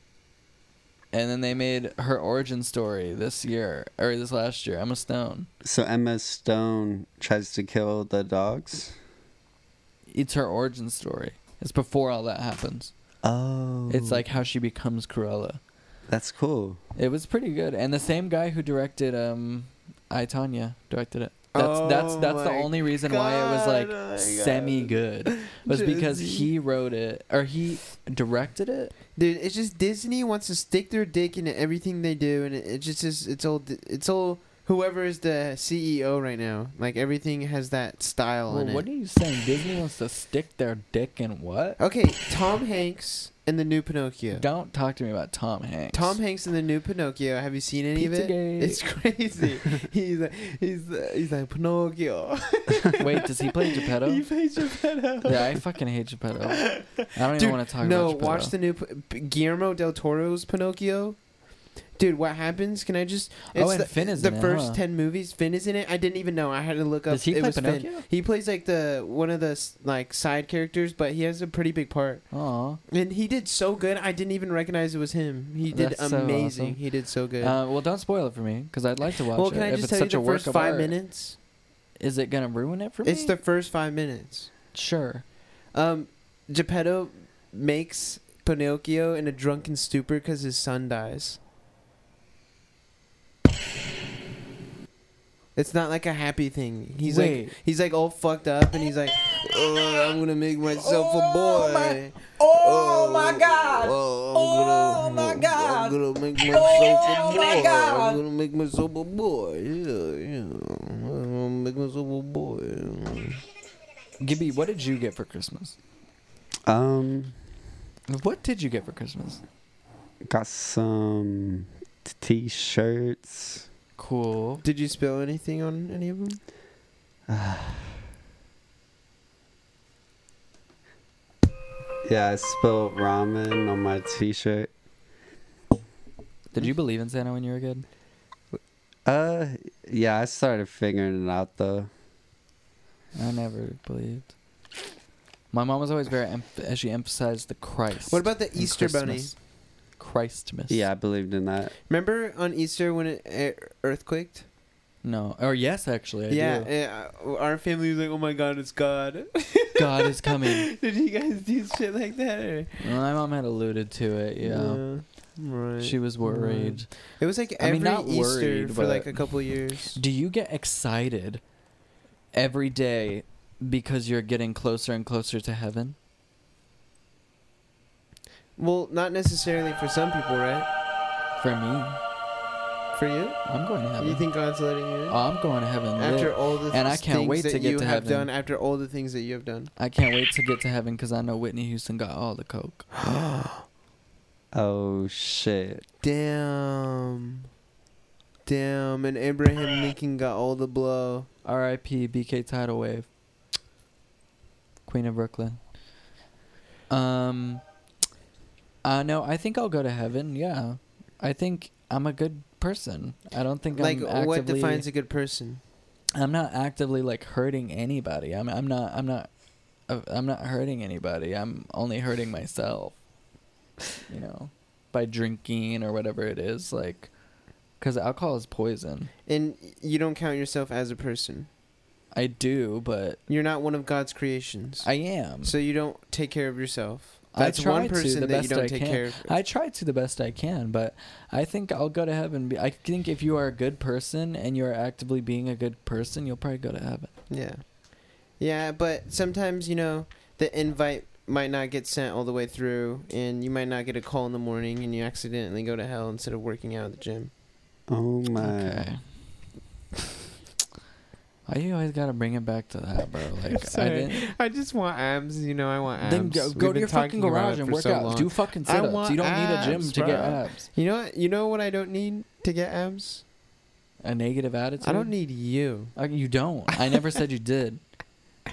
Speaker 2: And then they made her origin story this year, or this last year, Emma Stone.
Speaker 3: so Emma Stone tries to kill the dogs.
Speaker 2: It's her origin story. It's before all that happens.
Speaker 3: Oh,
Speaker 1: Mm.
Speaker 2: It's like how she becomes Cruella.
Speaker 3: that's cool.
Speaker 2: It was pretty good. And the same guy who directed um I Tanya directed it. That's that's
Speaker 1: Oh
Speaker 2: that's the
Speaker 1: my
Speaker 2: only reason why it was
Speaker 1: God,
Speaker 2: like
Speaker 1: oh my God.
Speaker 2: semi good. Was because
Speaker 1: Josie.
Speaker 2: he wrote it or he directed it.
Speaker 1: Dude, it's just Disney wants to stick their dick into everything they do, and it, it just is. It's all. It's all. Whoever is the CEO right now, like everything has that style
Speaker 2: Well,
Speaker 1: in
Speaker 2: what
Speaker 1: it.
Speaker 2: are you saying? Disney wants to stick their dick in what?
Speaker 1: Okay, Tom Hanks and the new Pinocchio.
Speaker 2: Don't talk to me about Tom Hanks.
Speaker 1: Tom Hanks in the new Pinocchio. Have you seen any of it?
Speaker 2: Pizzagate.
Speaker 1: It's crazy. he's like, he's like, he's like Pinocchio.
Speaker 2: Wait, does he play
Speaker 1: he
Speaker 2: Geppetto?
Speaker 1: plays Geppetto.
Speaker 2: yeah, I fucking hate Geppetto. I don't even
Speaker 1: Dude,
Speaker 2: want to talk
Speaker 1: no,
Speaker 2: about Geppetto.
Speaker 1: watch the new P- Guillermo del Toro's Pinocchio. Dude, what happens? Can I just?
Speaker 2: Oh, and
Speaker 1: the,
Speaker 2: Finn is
Speaker 1: the
Speaker 2: in it,
Speaker 1: first
Speaker 2: huh?
Speaker 1: ten movies. Finn is in it. I didn't even know. I had to look up.
Speaker 2: Does he
Speaker 1: it
Speaker 2: play
Speaker 1: was
Speaker 2: Pinocchio?
Speaker 1: Finn. He plays like the one of the s- like side characters, but he has a pretty big part.
Speaker 2: Aw.
Speaker 1: And he did so good. I didn't even recognize it was him. He did
Speaker 2: That's so
Speaker 1: amazing.
Speaker 2: awesome.
Speaker 1: He did so good.
Speaker 2: Uh, well, don't spoil it for me because I'd like to watch
Speaker 1: well,
Speaker 2: it.
Speaker 1: can I
Speaker 2: if
Speaker 1: just
Speaker 2: it's
Speaker 1: tell you
Speaker 2: such a
Speaker 1: the
Speaker 2: work
Speaker 1: first
Speaker 2: of
Speaker 1: five
Speaker 2: art,
Speaker 1: minutes?
Speaker 2: is it gonna ruin it for me?
Speaker 1: It's the first five minutes.
Speaker 2: sure.
Speaker 1: Um, Geppetto makes Pinocchio in a drunken stupor because his son dies. It's not like a happy thing. He's
Speaker 2: Wait.
Speaker 1: like he's like all fucked up and he's like, oh, I'm gonna make myself a boy.
Speaker 2: Oh, my God!
Speaker 1: Oh,
Speaker 2: Oh,
Speaker 1: I'm
Speaker 2: my
Speaker 1: gonna,
Speaker 2: God.
Speaker 1: I'm gonna make myself
Speaker 2: Oh,
Speaker 1: a
Speaker 2: my
Speaker 1: boy.
Speaker 2: God.
Speaker 1: I'm gonna make myself a boy. Yeah, yeah. I'm gonna make myself a boy.
Speaker 2: Gibby, what did you get for Christmas?
Speaker 3: Um,
Speaker 2: What did you get for Christmas?
Speaker 3: got some t- t-shirts.
Speaker 2: Cool.
Speaker 1: Did you spill anything on any of them?
Speaker 3: Yeah, I spilled ramen on my t-shirt.
Speaker 2: Did you believe in Santa when you were a kid?
Speaker 3: Uh, yeah, I started figuring it out though.
Speaker 2: I never believed. My mom was always very emph- she emphasized the Christ.
Speaker 1: What about the
Speaker 2: and
Speaker 1: Easter
Speaker 2: Christmas. Christmas.
Speaker 3: Yeah, I believed in that.
Speaker 1: bunny? Remember on Easter when it e- earthquaked?
Speaker 2: No. Or yes, actually. I
Speaker 1: yeah,
Speaker 2: do.
Speaker 1: eh, our family was like, "Oh my God, it's God."
Speaker 2: God is coming.
Speaker 1: Did you guys do shit like that? Or?
Speaker 2: My mom had alluded to it. Yeah.
Speaker 1: right.
Speaker 2: She was worried.
Speaker 1: It was like
Speaker 2: I
Speaker 1: every
Speaker 2: mean, not
Speaker 1: Easter
Speaker 2: worried,
Speaker 1: for like
Speaker 2: but-
Speaker 1: a couple years.
Speaker 2: Do you get excited every day because you're getting closer and closer to heaven?
Speaker 1: Well, not necessarily for some people, right?
Speaker 2: For me,
Speaker 1: For you,
Speaker 2: I'm going to heaven.
Speaker 1: you think God's letting you in?
Speaker 2: Oh, I'm going to heaven.
Speaker 1: after
Speaker 2: After
Speaker 1: all the
Speaker 2: And I
Speaker 1: th-
Speaker 2: can't
Speaker 1: things
Speaker 2: wait to
Speaker 1: that
Speaker 2: get
Speaker 1: you
Speaker 2: to
Speaker 1: have
Speaker 2: heaven.
Speaker 1: done, after all the things that you have done.
Speaker 2: I can't wait to get to heaven because I know Whitney Houston got all the coke.
Speaker 3: Oh shit!
Speaker 1: Damn. Damn, and Abraham Lincoln got all the blow.
Speaker 2: R.I.P. BK Tidal Wave, Queen of Brooklyn. Um, uh, no, I think I'll go to heaven. Yeah, I think I'm a good person. I don't think
Speaker 1: Like,
Speaker 2: I'm actively.
Speaker 1: what defines a good person?
Speaker 2: I'm not actively like hurting anybody. I'm I'm not I'm not uh, I'm not hurting anybody. I'm only hurting myself. You know, by drinking or whatever it is like cuz alcohol is poison.
Speaker 1: And you don't count yourself as a person.
Speaker 2: I do, but
Speaker 1: You're not one of God's creations.
Speaker 2: I am.
Speaker 1: so you don't take care of yourself.
Speaker 2: I
Speaker 1: That's
Speaker 2: try
Speaker 1: one
Speaker 2: to,
Speaker 1: person
Speaker 2: the
Speaker 1: that you
Speaker 2: best
Speaker 1: don't
Speaker 2: I
Speaker 1: take
Speaker 2: can.
Speaker 1: care of.
Speaker 2: I try to the best I can, but I think I'll go to heaven. I think if you are a good person and you are actively being a good person, you'll probably go to heaven.
Speaker 1: yeah. Yeah, but sometimes, you know, the invite might not get sent all the way through, and you might not get a call in the morning, and you accidentally go to hell instead of working out at the gym.
Speaker 3: Oh my.
Speaker 2: Okay. Why you always gotta bring it back to that, bro? Like I
Speaker 1: sorry.
Speaker 2: didn't.
Speaker 1: I just want abs. You know, I want abs.
Speaker 2: Then go,
Speaker 1: We've
Speaker 2: go to
Speaker 1: been
Speaker 2: your fucking
Speaker 1: talking about
Speaker 2: garage
Speaker 1: it
Speaker 2: and
Speaker 1: for
Speaker 2: work
Speaker 1: so
Speaker 2: out.
Speaker 1: long.
Speaker 2: Do fucking
Speaker 1: I
Speaker 2: sit-ups.
Speaker 1: want
Speaker 2: You don't need a gym
Speaker 1: abs,
Speaker 2: to get
Speaker 1: bro.
Speaker 2: abs.
Speaker 1: You know, what, you know what I don't need to get abs.
Speaker 2: A negative attitude.
Speaker 1: I don't need you.
Speaker 2: Uh, you don't. I never said you did.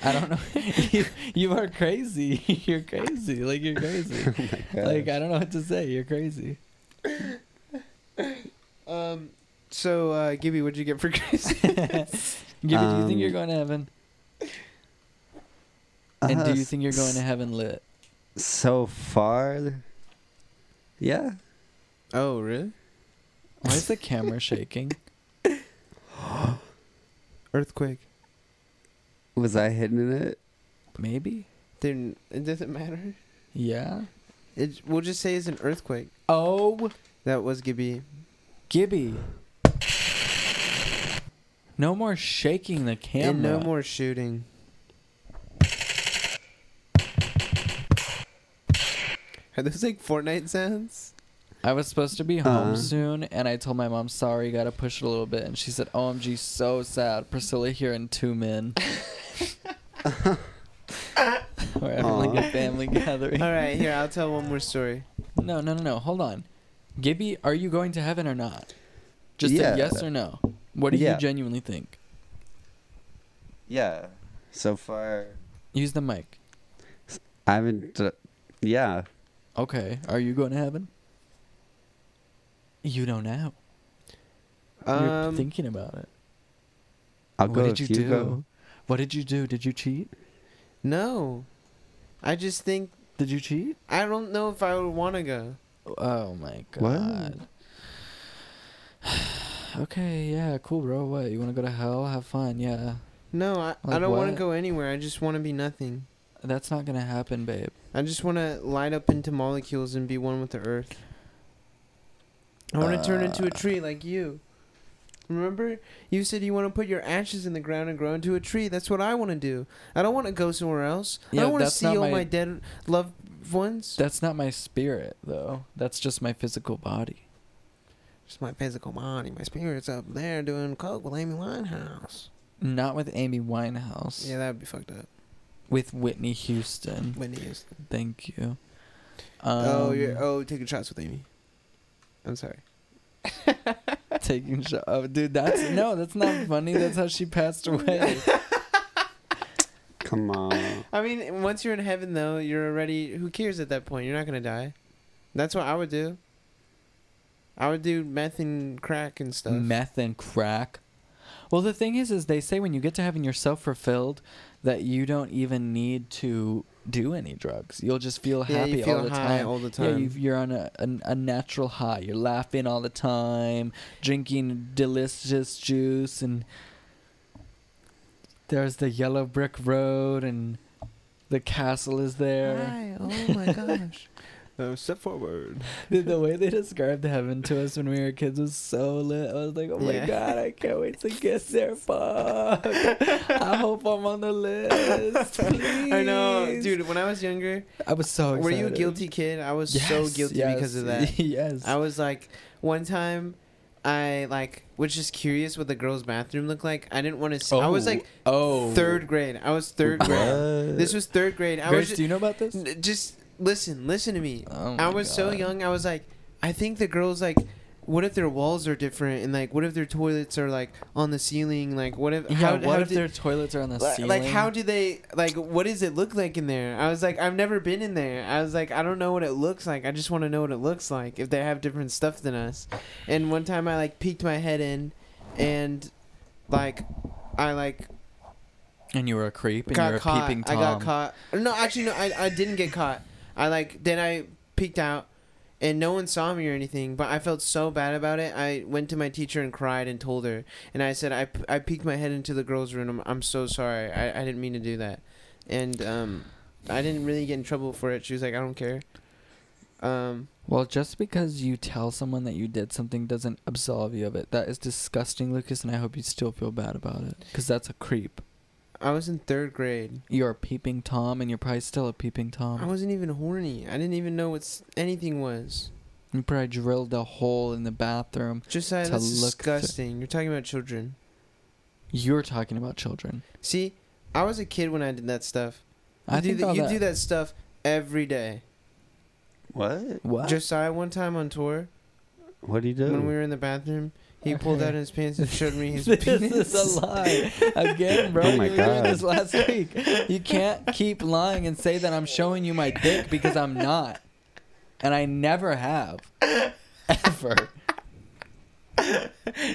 Speaker 2: I don't know. you, you are crazy. You're crazy. Like you're crazy.
Speaker 3: Oh my god.
Speaker 2: Like I don't know what to say. You're crazy.
Speaker 1: Um. So, uh, Gibby, what'd you get for Christmas?
Speaker 2: Gibby, do you think you're
Speaker 3: Um,
Speaker 2: going to heaven? And do you think you're going to heaven lit?
Speaker 3: Uh, So far, yeah.
Speaker 1: oh, really?
Speaker 2: Why is the camera shaking?
Speaker 1: Earthquake.
Speaker 3: Was I hidden in it?
Speaker 2: Maybe.
Speaker 1: Then it doesn't matter.
Speaker 2: Yeah.
Speaker 1: It. We'll just say it's an earthquake.
Speaker 2: Oh,
Speaker 1: That was Gibby.
Speaker 2: Gibby. No more shaking the camera.
Speaker 1: And no more shooting. Are those like Fortnite sounds?
Speaker 2: I was supposed to be home
Speaker 3: Uh.
Speaker 2: soon, and I told my mom, sorry, gotta push it a little bit. And she said, OMG, so sad. Priscilla here and two men. We're having like a
Speaker 3: Aw.
Speaker 2: family gathering.
Speaker 1: All right, here I'll tell one more story.
Speaker 2: No, no, no, no. Hold on. Gibby, are you going to heaven or not? Just
Speaker 3: Yeah.
Speaker 2: a yes or no. What do
Speaker 3: Yeah.
Speaker 2: you genuinely think?
Speaker 3: Yeah. So far,
Speaker 2: Use the mic.
Speaker 3: I haven't. d- yeah.
Speaker 2: Okay. Are you going to heaven? You don't know. You're
Speaker 1: Um,
Speaker 2: thinking about it.
Speaker 3: I'll
Speaker 2: what
Speaker 3: go
Speaker 2: did
Speaker 3: if
Speaker 2: you, do? What did you do? Did you cheat?
Speaker 1: no, I just think
Speaker 2: Did you cheat?
Speaker 1: I don't know if I would want to go.
Speaker 2: Oh my
Speaker 3: What?
Speaker 2: god. okay, yeah, cool, bro. What? You want to go to hell? Have fun. Yeah.
Speaker 1: No, I, I
Speaker 2: Like
Speaker 1: don't want to
Speaker 2: what?
Speaker 1: go anywhere. I just want to be nothing.
Speaker 2: That's not going to happen, babe.
Speaker 1: I just want to light up into molecules and be one with the earth. I want to turn
Speaker 2: Uh.
Speaker 1: into a tree like you. Remember, you said you want to put your ashes in the ground and grow into a tree. That's what I want to do. I don't want to go somewhere else.
Speaker 2: Yeah,
Speaker 1: I don't want to
Speaker 2: that's
Speaker 1: see
Speaker 2: not
Speaker 1: all
Speaker 2: my-
Speaker 1: my dead loved ones.
Speaker 2: That's not my spirit, though. That's just my physical body.
Speaker 1: Just my physical body, my spirit's up there doing coke with Amy Winehouse.
Speaker 2: Not with Amy Winehouse.
Speaker 1: Yeah, that would be fucked up.
Speaker 2: With Whitney Houston.
Speaker 1: Whitney Houston.
Speaker 2: Thank you. Um,
Speaker 1: oh, you're, oh, taking shots with Amy. I'm sorry.
Speaker 2: taking shot. Oh, dude, that's no, that's not funny. That's how she passed away.
Speaker 3: Come on.
Speaker 1: I mean, once you're in heaven, though, you're already. Who cares at that point? You're not gonna die. That's what I would do. I would do meth and crack and stuff.
Speaker 2: Meth and crack. Well, the thing is, is they say when you get to having yourself fulfilled, that you don't even need to do any drugs. You'll just feel
Speaker 1: yeah,
Speaker 2: happy
Speaker 1: you feel
Speaker 2: all the
Speaker 1: high
Speaker 2: time.
Speaker 1: all the
Speaker 2: Yeah,
Speaker 1: time.
Speaker 2: you've, you're on a, a, a natural high. You're laughing all the time, drinking delicious juice, and there's the yellow brick road, and the castle is there.
Speaker 1: Hi, oh my gosh.
Speaker 2: Oh,
Speaker 1: Uh, step forward.
Speaker 2: Dude, the way they described heaven to us when we were kids was so lit. I was like, oh my
Speaker 1: Yeah.
Speaker 2: god, I can't wait to get there. Fuck. I hope I'm on the list. Please.
Speaker 1: I know, dude. When I was younger,
Speaker 2: I was so
Speaker 1: were
Speaker 2: excited.
Speaker 1: you a guilty kid? I was so
Speaker 2: Yes,
Speaker 1: guilty
Speaker 2: yes,
Speaker 1: because of that.
Speaker 2: yes.
Speaker 1: I was like, one time, I like was just curious what the girls' bathroom looked like. I didn't want to. See. I was like
Speaker 2: oh.
Speaker 1: third grade. I was third grade. this was third grade. I
Speaker 2: Grace,
Speaker 1: was
Speaker 2: do you know about this?
Speaker 1: just, just listen, listen to me.
Speaker 2: Oh
Speaker 1: I
Speaker 2: my
Speaker 1: was so
Speaker 2: God.
Speaker 1: young. I was like, I think the girls like. What if their walls are different and like what if their toilets are like on the ceiling? Like what if
Speaker 2: Yeah,
Speaker 1: how,
Speaker 2: what
Speaker 1: how
Speaker 2: if
Speaker 1: did-
Speaker 2: their toilets are on the
Speaker 1: li-
Speaker 2: ceiling?
Speaker 1: like how do they like what does it look like in there? I was like I've never been in there. I was like I don't know what it looks like. I just want to know what it looks like if they have different stuff than us. And one time I like peeked my head in and like I like
Speaker 2: and you were a creep and you were
Speaker 1: got
Speaker 2: a
Speaker 1: caught.
Speaker 2: peeping
Speaker 1: I
Speaker 2: tom.
Speaker 1: got caught. No, actually, no, I, I didn't get caught. I like then I peeked out, and no one saw me or anything. But I felt so bad about it. I went to my teacher and cried and told her, and I said I, I peeked my head into the girls' room. I'm, I'm so sorry. I, I didn't mean to do that, and um, I didn't really get in trouble for it. She was like, I don't care. Um,
Speaker 2: Well, just because you tell someone that you did something doesn't absolve you of it. That is disgusting, Lucas, and I hope you still feel bad about it because that's a creep.
Speaker 1: I was in third grade.
Speaker 2: You're a peeping Tom, and you're probably still a peeping Tom.
Speaker 1: I wasn't even horny. I didn't even know what s- anything was.
Speaker 2: you probably drilled a hole in the bathroom.
Speaker 1: Josiah,
Speaker 2: To
Speaker 1: that's
Speaker 2: look through-
Speaker 1: disgusting. You're talking about children.
Speaker 2: You're talking about children.
Speaker 1: See, I was a kid when I did that stuff. You
Speaker 2: I
Speaker 1: do
Speaker 2: think
Speaker 1: that,
Speaker 2: all
Speaker 1: you
Speaker 2: that,
Speaker 1: do that stuff every day.
Speaker 3: What?
Speaker 2: What?
Speaker 1: Josiah, one time on tour,
Speaker 3: What do you do?
Speaker 1: when we were in the bathroom, he pulled
Speaker 2: Okay.
Speaker 1: out his pants and showed me his
Speaker 2: this
Speaker 1: penis.
Speaker 2: is a lie again, bro.
Speaker 3: Oh my
Speaker 2: you were doing
Speaker 3: God.
Speaker 2: this last week. You can't keep lying and say that I'm showing you my dick because I'm not, and I never have, ever.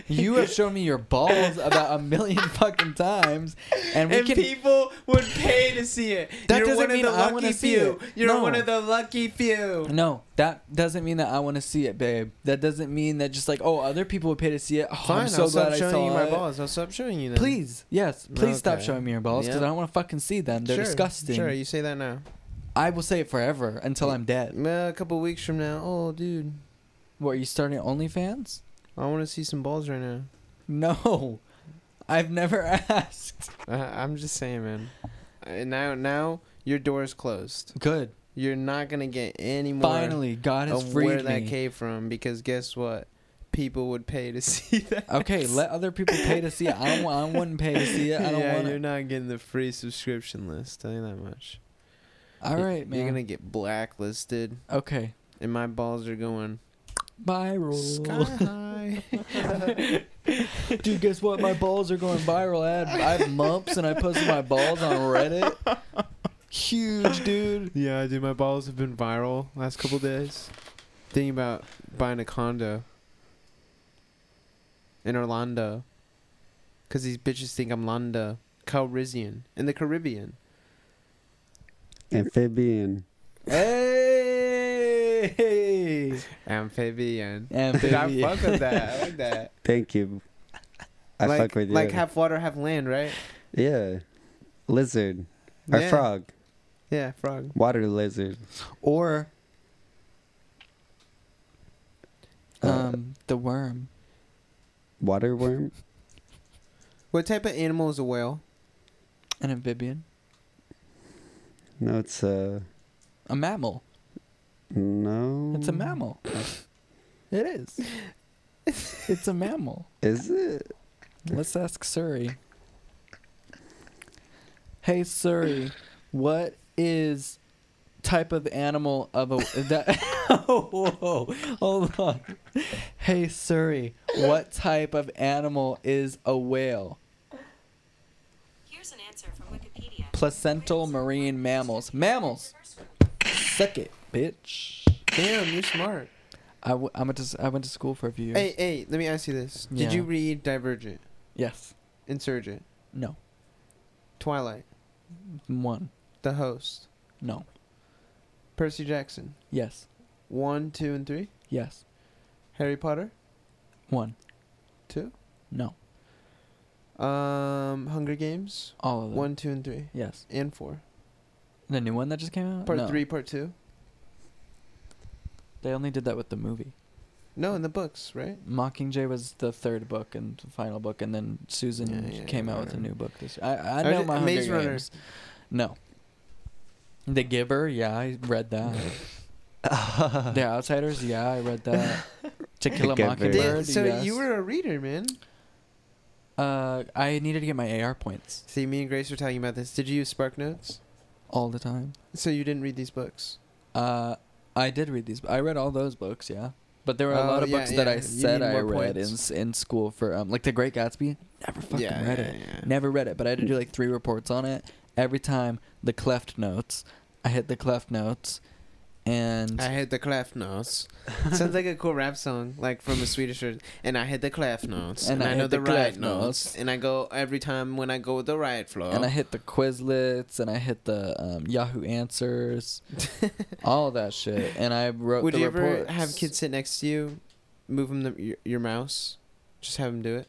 Speaker 2: You have shown me your balls about a million fucking times, and we
Speaker 1: and
Speaker 2: can.
Speaker 1: people would pay to see it.
Speaker 2: That
Speaker 1: You're
Speaker 2: doesn't
Speaker 1: one
Speaker 2: mean
Speaker 1: of the
Speaker 2: I wanna
Speaker 1: lucky
Speaker 2: see
Speaker 1: few.
Speaker 2: it.
Speaker 1: You're
Speaker 2: No. Oh,
Speaker 1: one of the lucky few.
Speaker 2: no, that doesn't mean that I want to see it, babe. That doesn't mean that just like oh, other people would pay to see it. Oh,
Speaker 1: Fine,
Speaker 2: I'm so
Speaker 1: I'll
Speaker 2: glad
Speaker 1: stop
Speaker 2: I
Speaker 1: showing
Speaker 2: saw
Speaker 1: you my
Speaker 2: it.
Speaker 1: balls. I'll stop showing you them.
Speaker 2: Please, yes, please stop
Speaker 1: Okay.
Speaker 2: showing me your balls because
Speaker 1: Yep.
Speaker 2: I don't want to fucking see them. They're
Speaker 1: Sure,
Speaker 2: disgusting.
Speaker 1: Sure, you say that now.
Speaker 2: I will say it forever until I'm dead.
Speaker 1: Uh, a couple weeks from now, oh, dude,
Speaker 2: What are you starting OnlyFans?
Speaker 1: I want to see some balls right now.
Speaker 2: No, I've never asked.
Speaker 1: Uh, I'm just saying, man. Uh, now, now your door's closed.
Speaker 2: Good.
Speaker 1: You're not gonna get any more
Speaker 2: Finally, God has
Speaker 1: of
Speaker 2: freed
Speaker 1: where
Speaker 2: me.
Speaker 1: that came from because guess what? People would pay to see that.
Speaker 2: okay, let other people pay to see it. I don't. wa- I wouldn't pay to see it. I don't
Speaker 1: yeah,
Speaker 2: want
Speaker 1: you're
Speaker 2: to.
Speaker 1: not getting the free subscription list. Tell you that much.
Speaker 2: All
Speaker 1: You-
Speaker 2: right, man.
Speaker 1: You're gonna get blacklisted,
Speaker 2: Okay.
Speaker 1: and my balls are going sky
Speaker 2: Viral.
Speaker 1: high.
Speaker 2: Dude, guess what? My balls are going viral. I had I have mumps and I posted my balls on Reddit. Huge, dude.
Speaker 1: yeah, dude, my balls have been viral last couple days. Thinking about buying a condo in Orlando, cause these bitches think I'm Londo, Calrissian, in the Caribbean.
Speaker 3: Amphibian.
Speaker 2: Hey.
Speaker 1: Amphibian. Dude, I
Speaker 2: Amphibian.
Speaker 1: fuck with that. I like that.
Speaker 3: Thank you. I
Speaker 1: like,
Speaker 3: fuck with you.
Speaker 1: Like half water, half land, right?
Speaker 3: yeah. Lizard. Or
Speaker 1: yeah.
Speaker 3: frog.
Speaker 1: Yeah, frog.
Speaker 3: Water lizard.
Speaker 2: or
Speaker 3: Uh,
Speaker 2: um the worm
Speaker 3: Water worm.
Speaker 1: What type of animal is a whale?
Speaker 2: an amphibian
Speaker 3: No, it's a
Speaker 2: a mammal
Speaker 3: no.
Speaker 1: Mm.
Speaker 2: it's a mammal it is it's a mammal
Speaker 3: Is it?
Speaker 2: let's ask suri hey suri what is type of animal of a that whoa, hold on hey suri what type of animal is a whale
Speaker 5: Here's an answer from Wikipedia.
Speaker 2: placental marine mammals mammals Suck it, bitch.
Speaker 1: Damn, you're smart.
Speaker 2: I, w- I went to s- I went to school for a few years.
Speaker 1: Hey, hey, let me ask you this.
Speaker 2: Yeah.
Speaker 1: Did you read Divergent,
Speaker 2: Yes.
Speaker 1: Insurgent,
Speaker 2: No.
Speaker 1: Twilight,
Speaker 2: One.
Speaker 1: The Host,
Speaker 2: No.
Speaker 1: Percy Jackson,
Speaker 2: Yes.
Speaker 1: 1, 2, and 3,
Speaker 2: Yes.
Speaker 1: Harry Potter,
Speaker 2: One.
Speaker 1: 2,
Speaker 2: No.
Speaker 1: um, Hunger Games,
Speaker 2: All of them.
Speaker 1: 1, 2, and 3,
Speaker 2: Yes.
Speaker 1: and 4.
Speaker 2: The new one that just came out.
Speaker 1: Part
Speaker 2: Oh, No.
Speaker 1: 3, Part 2.
Speaker 2: They only did that with the movie.
Speaker 1: No, in the books, right?
Speaker 2: Mockingjay was the third book and the final book, and then Susan
Speaker 1: Yeah, yeah,
Speaker 2: came
Speaker 1: yeah,
Speaker 2: out
Speaker 1: I
Speaker 2: with a
Speaker 1: know.
Speaker 2: new book this year. I, I
Speaker 1: Or
Speaker 2: know
Speaker 1: did-
Speaker 2: my
Speaker 1: Maze
Speaker 2: Hunger
Speaker 1: Runner.
Speaker 2: Games. No. The Giver. Yeah, I read that. the Outsiders. Yeah, I read that. to Kill a
Speaker 3: Giver.
Speaker 2: Mockingbird.
Speaker 1: so
Speaker 2: yes.
Speaker 1: you were a reader, man.
Speaker 2: Uh, I needed to get my AR points
Speaker 1: See, me and Grace were talking about this. Did you use SparkNotes?
Speaker 2: all the time.
Speaker 1: So you didn't read these books?
Speaker 2: Uh, I did read these. I read all those books, yeah. But there were a
Speaker 1: Oh,
Speaker 2: lot of
Speaker 1: yeah,
Speaker 2: books that
Speaker 1: yeah.
Speaker 2: I
Speaker 1: You
Speaker 2: said
Speaker 1: need
Speaker 2: I
Speaker 1: more
Speaker 2: read in,
Speaker 1: points. Mm.
Speaker 2: in school for um, like The Great Gatsby. Never fucking read it. Never read it. But I had to do like three reports on it every time. The cleft notes. I hit the cleft notes, and
Speaker 1: I hit the clef notes. Sounds like a cool rap song, like from a Swedish. Or, and I hit the clef notes, and, I, know
Speaker 2: hit
Speaker 1: the,
Speaker 2: the clef
Speaker 1: right notes.
Speaker 2: notes.
Speaker 1: and I go every time when I go with the right flow.
Speaker 2: and I hit the Quizlets, and I hit the um, Yahoo Answers, all that shit. And I wrote.
Speaker 1: Would
Speaker 2: the
Speaker 1: you
Speaker 2: reports.
Speaker 1: ever have kids sit next to you, move them the, your, your mouse, just have them do it?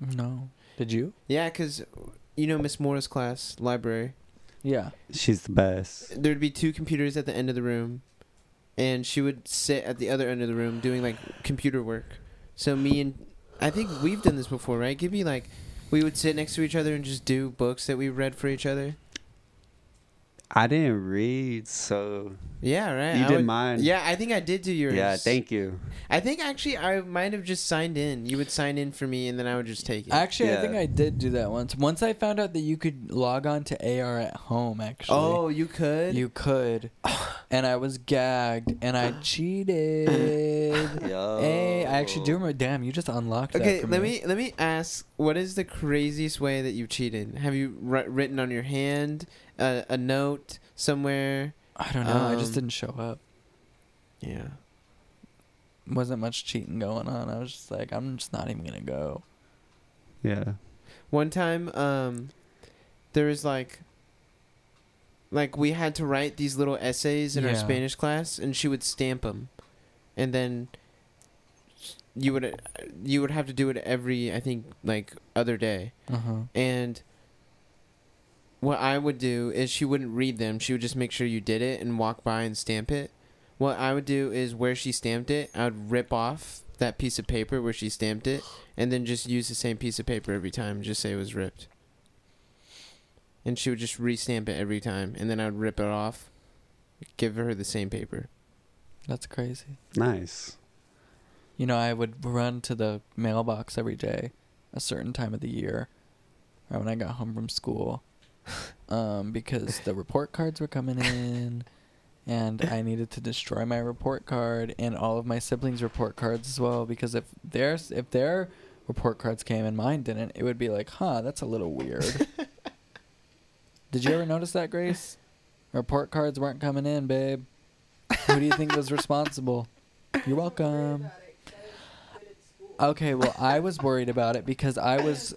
Speaker 2: No. Did you?
Speaker 1: Yeah, cause you know Miss Moore's class library.
Speaker 2: Yeah.
Speaker 3: She's the best.
Speaker 1: There'd be two computers at the end of the room, and she would sit at the other end of the room doing like computer work. So me and I think we've done this before, right? Give me like. we would sit next to each other and just do books that we read for each other.
Speaker 3: I didn't read, so
Speaker 1: Yeah, right.
Speaker 3: You
Speaker 1: I
Speaker 3: did
Speaker 1: would-
Speaker 3: mine.
Speaker 1: Yeah, I think I did do yours.
Speaker 3: yeah. Thank you.
Speaker 1: I think actually I might have just signed in. You would sign in for me, and then I would just take it.
Speaker 2: Actually, I think
Speaker 3: Yeah.
Speaker 2: I did do that once. Once I found out that you could log on to AR at home, actually.
Speaker 1: oh, you could.
Speaker 2: You could. and I was gagged and I cheated.
Speaker 3: Yo.
Speaker 2: hey, I actually do remember. Damn, you just unlocked that.
Speaker 1: Oh. okay,
Speaker 2: for
Speaker 1: let me let me ask. What is the craziest way that you've cheated? Have you wri- written on your hand a, a note somewhere?
Speaker 2: I don't know. I just
Speaker 1: um,
Speaker 2: didn't show up.
Speaker 1: Yeah.
Speaker 2: Wasn't much cheating going on. I was just like, I'm just not even going to go.
Speaker 3: Yeah.
Speaker 1: One time, um, there was like, like we had to write these little essays in our
Speaker 2: Yeah.
Speaker 1: Spanish class, and she would stamp them, and then you would you would have to do it every I think like other day,
Speaker 2: Uh huh.
Speaker 1: and what I would do is she wouldn't read them; she would just make sure you did it and walk by and stamp it. What I would do is where she stamped it, I would rip off that piece of paper where she stamped it, and then just use the same piece of paper every time. Just say it was ripped, and she would just restamp it every time, and then I would rip it off, give her the same paper.
Speaker 2: That's crazy.
Speaker 3: Nice.
Speaker 2: You know, I would run to the mailbox every day, a certain time of the year, right when I got home from school, um, because the report cards were coming in, and I needed to destroy my report card and all of my siblings' report cards as well. Because if theirs, if their report cards came and mine didn't, it would be like, huh, that's a little weird. Did you ever notice that, Grace? Report cards weren't coming in, babe. Who do you think was responsible? You're welcome. Okay, well, I was worried about it because I was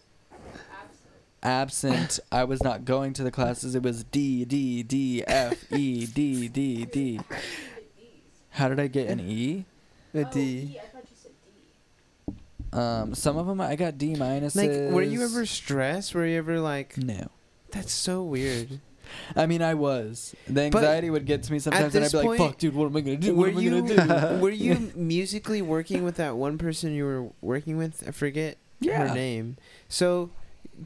Speaker 2: absent. I was not going to the classes. It was D, D, D, F, E, D, D, D.
Speaker 4: Oh,
Speaker 2: How did I get an E?
Speaker 1: A
Speaker 4: E,
Speaker 2: Um, some of them I got D minuses.
Speaker 1: Like, were you ever stressed? Were you ever like,
Speaker 2: No.
Speaker 1: that's so weird?
Speaker 2: I mean, I was. The anxiety would get to me sometimes, and
Speaker 1: this
Speaker 2: I'd be like,
Speaker 1: point,
Speaker 2: fuck, dude, what am I going to do?
Speaker 1: were
Speaker 2: What am I
Speaker 1: you
Speaker 2: going to do?
Speaker 1: were you musically working with that one person you were working with? I forget her
Speaker 2: yeah.
Speaker 1: name. So,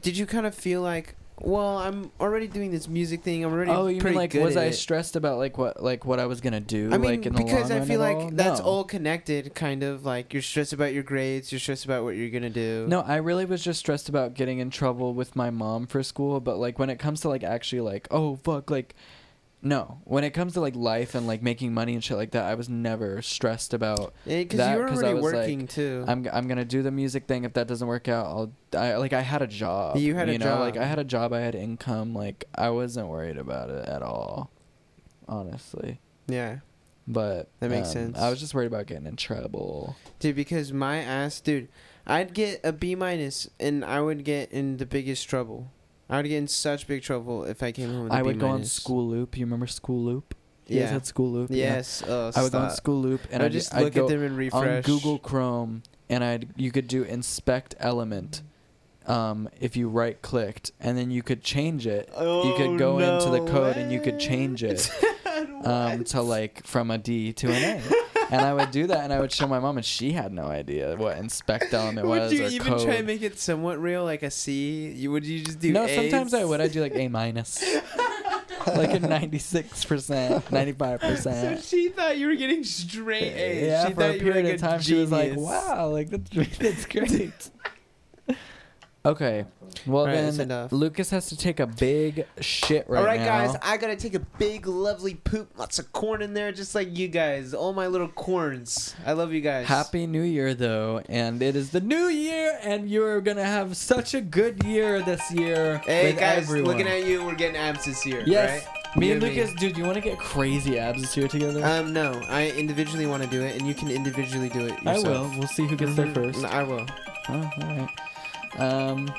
Speaker 1: did you kind of feel like, well, I'm already doing this music thing. I'm already
Speaker 2: Oh, you mean
Speaker 1: pretty
Speaker 2: like
Speaker 1: good
Speaker 2: was
Speaker 1: at
Speaker 2: I
Speaker 1: it.
Speaker 2: stressed about like what like what I was gonna do?
Speaker 1: I mean,
Speaker 2: like in the
Speaker 1: because
Speaker 2: long
Speaker 1: I
Speaker 2: run
Speaker 1: feel
Speaker 2: at
Speaker 1: like
Speaker 2: all?
Speaker 1: that's
Speaker 2: No.
Speaker 1: all connected, kind of like you're stressed about your grades, you're stressed about what you're gonna do.
Speaker 2: No, I really was just stressed about getting in trouble with my mom for school, but like when it comes to like actually like, oh fuck, like no. When it comes to like life and like making money and shit like that, I was never stressed about
Speaker 1: because
Speaker 2: that-
Speaker 1: you were
Speaker 2: 'cause
Speaker 1: Eh,
Speaker 2: I
Speaker 1: already
Speaker 2: was, like,
Speaker 1: working too.
Speaker 2: I'm I'm going to do the music thing if that doesn't work out, I'll I like I had a job.
Speaker 1: You had a
Speaker 2: know? like
Speaker 1: job.
Speaker 2: I had a job, I had income, like I wasn't worried about it at all. Honestly.
Speaker 1: yeah,
Speaker 2: But um,
Speaker 1: That makes sense.
Speaker 2: I was just worried about getting in trouble.
Speaker 1: dude, because my ass, dude, I'd get a B minus and I would get in the biggest trouble. I would get in such big trouble if I came home. With a
Speaker 2: I would
Speaker 1: B
Speaker 2: go on
Speaker 1: minus.
Speaker 2: school loop. You remember school loop? You guys
Speaker 1: Yeah.
Speaker 2: had school loop. Yeah.
Speaker 1: Yes, oh,
Speaker 2: I would go on
Speaker 1: stop.
Speaker 2: School Loop and
Speaker 1: I
Speaker 2: I
Speaker 1: would just look at them and refresh
Speaker 2: on Google Chrome and I'd you could do inspect element um, if you right clicked and then you could change it. you
Speaker 1: Oh,
Speaker 2: could go into the
Speaker 1: no
Speaker 2: code and you could change it um, to like from a D to an A. and I would do that and I would show my mom and she had no idea what inspect element
Speaker 1: would
Speaker 2: was
Speaker 1: you
Speaker 2: or
Speaker 1: even
Speaker 2: code.
Speaker 1: try and make it somewhat real, like a C? You would you just do?
Speaker 2: no,
Speaker 1: A's?
Speaker 2: sometimes I would. I'd do like A minus. like a 96%, 95%.
Speaker 1: So she thought you were getting straight A's.
Speaker 2: Yeah,
Speaker 1: she
Speaker 2: for
Speaker 1: thought
Speaker 2: a
Speaker 1: you were
Speaker 2: period
Speaker 1: like
Speaker 2: of time, she was like,
Speaker 1: genius.
Speaker 2: "Wow, like that's that's great." okay, well
Speaker 1: All right, that's
Speaker 2: then
Speaker 1: enough.
Speaker 2: Lucas has to take a big shit right,
Speaker 1: All right,
Speaker 2: now.
Speaker 1: guys, I gotta take a big, lovely poop. Lots of corn in there, just like you guys. All my little corns. I love you guys.
Speaker 2: Happy New Year though, and it is the new year, and you're gonna have such a good year this year.
Speaker 1: Hey
Speaker 2: with
Speaker 1: guys,
Speaker 2: everyone.
Speaker 1: looking at you, we're getting abs this year. right?
Speaker 2: yes, me
Speaker 1: You
Speaker 2: and
Speaker 1: and me.
Speaker 2: Lucas, dude, you want to get crazy abs this year together?
Speaker 1: Um, no, I individually want to do it, and you can individually do it
Speaker 2: I
Speaker 1: yourself.
Speaker 2: will. We'll see who gets there
Speaker 1: Mhm.
Speaker 2: first.
Speaker 1: No, I will.
Speaker 2: Oh, all right. Um.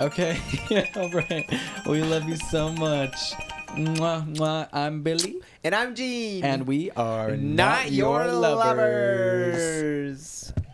Speaker 2: Okay. all right. We love you so much. Mwah, mwah. I'm Billy,
Speaker 1: And I'm Gene.
Speaker 2: and we are
Speaker 1: not your lovers.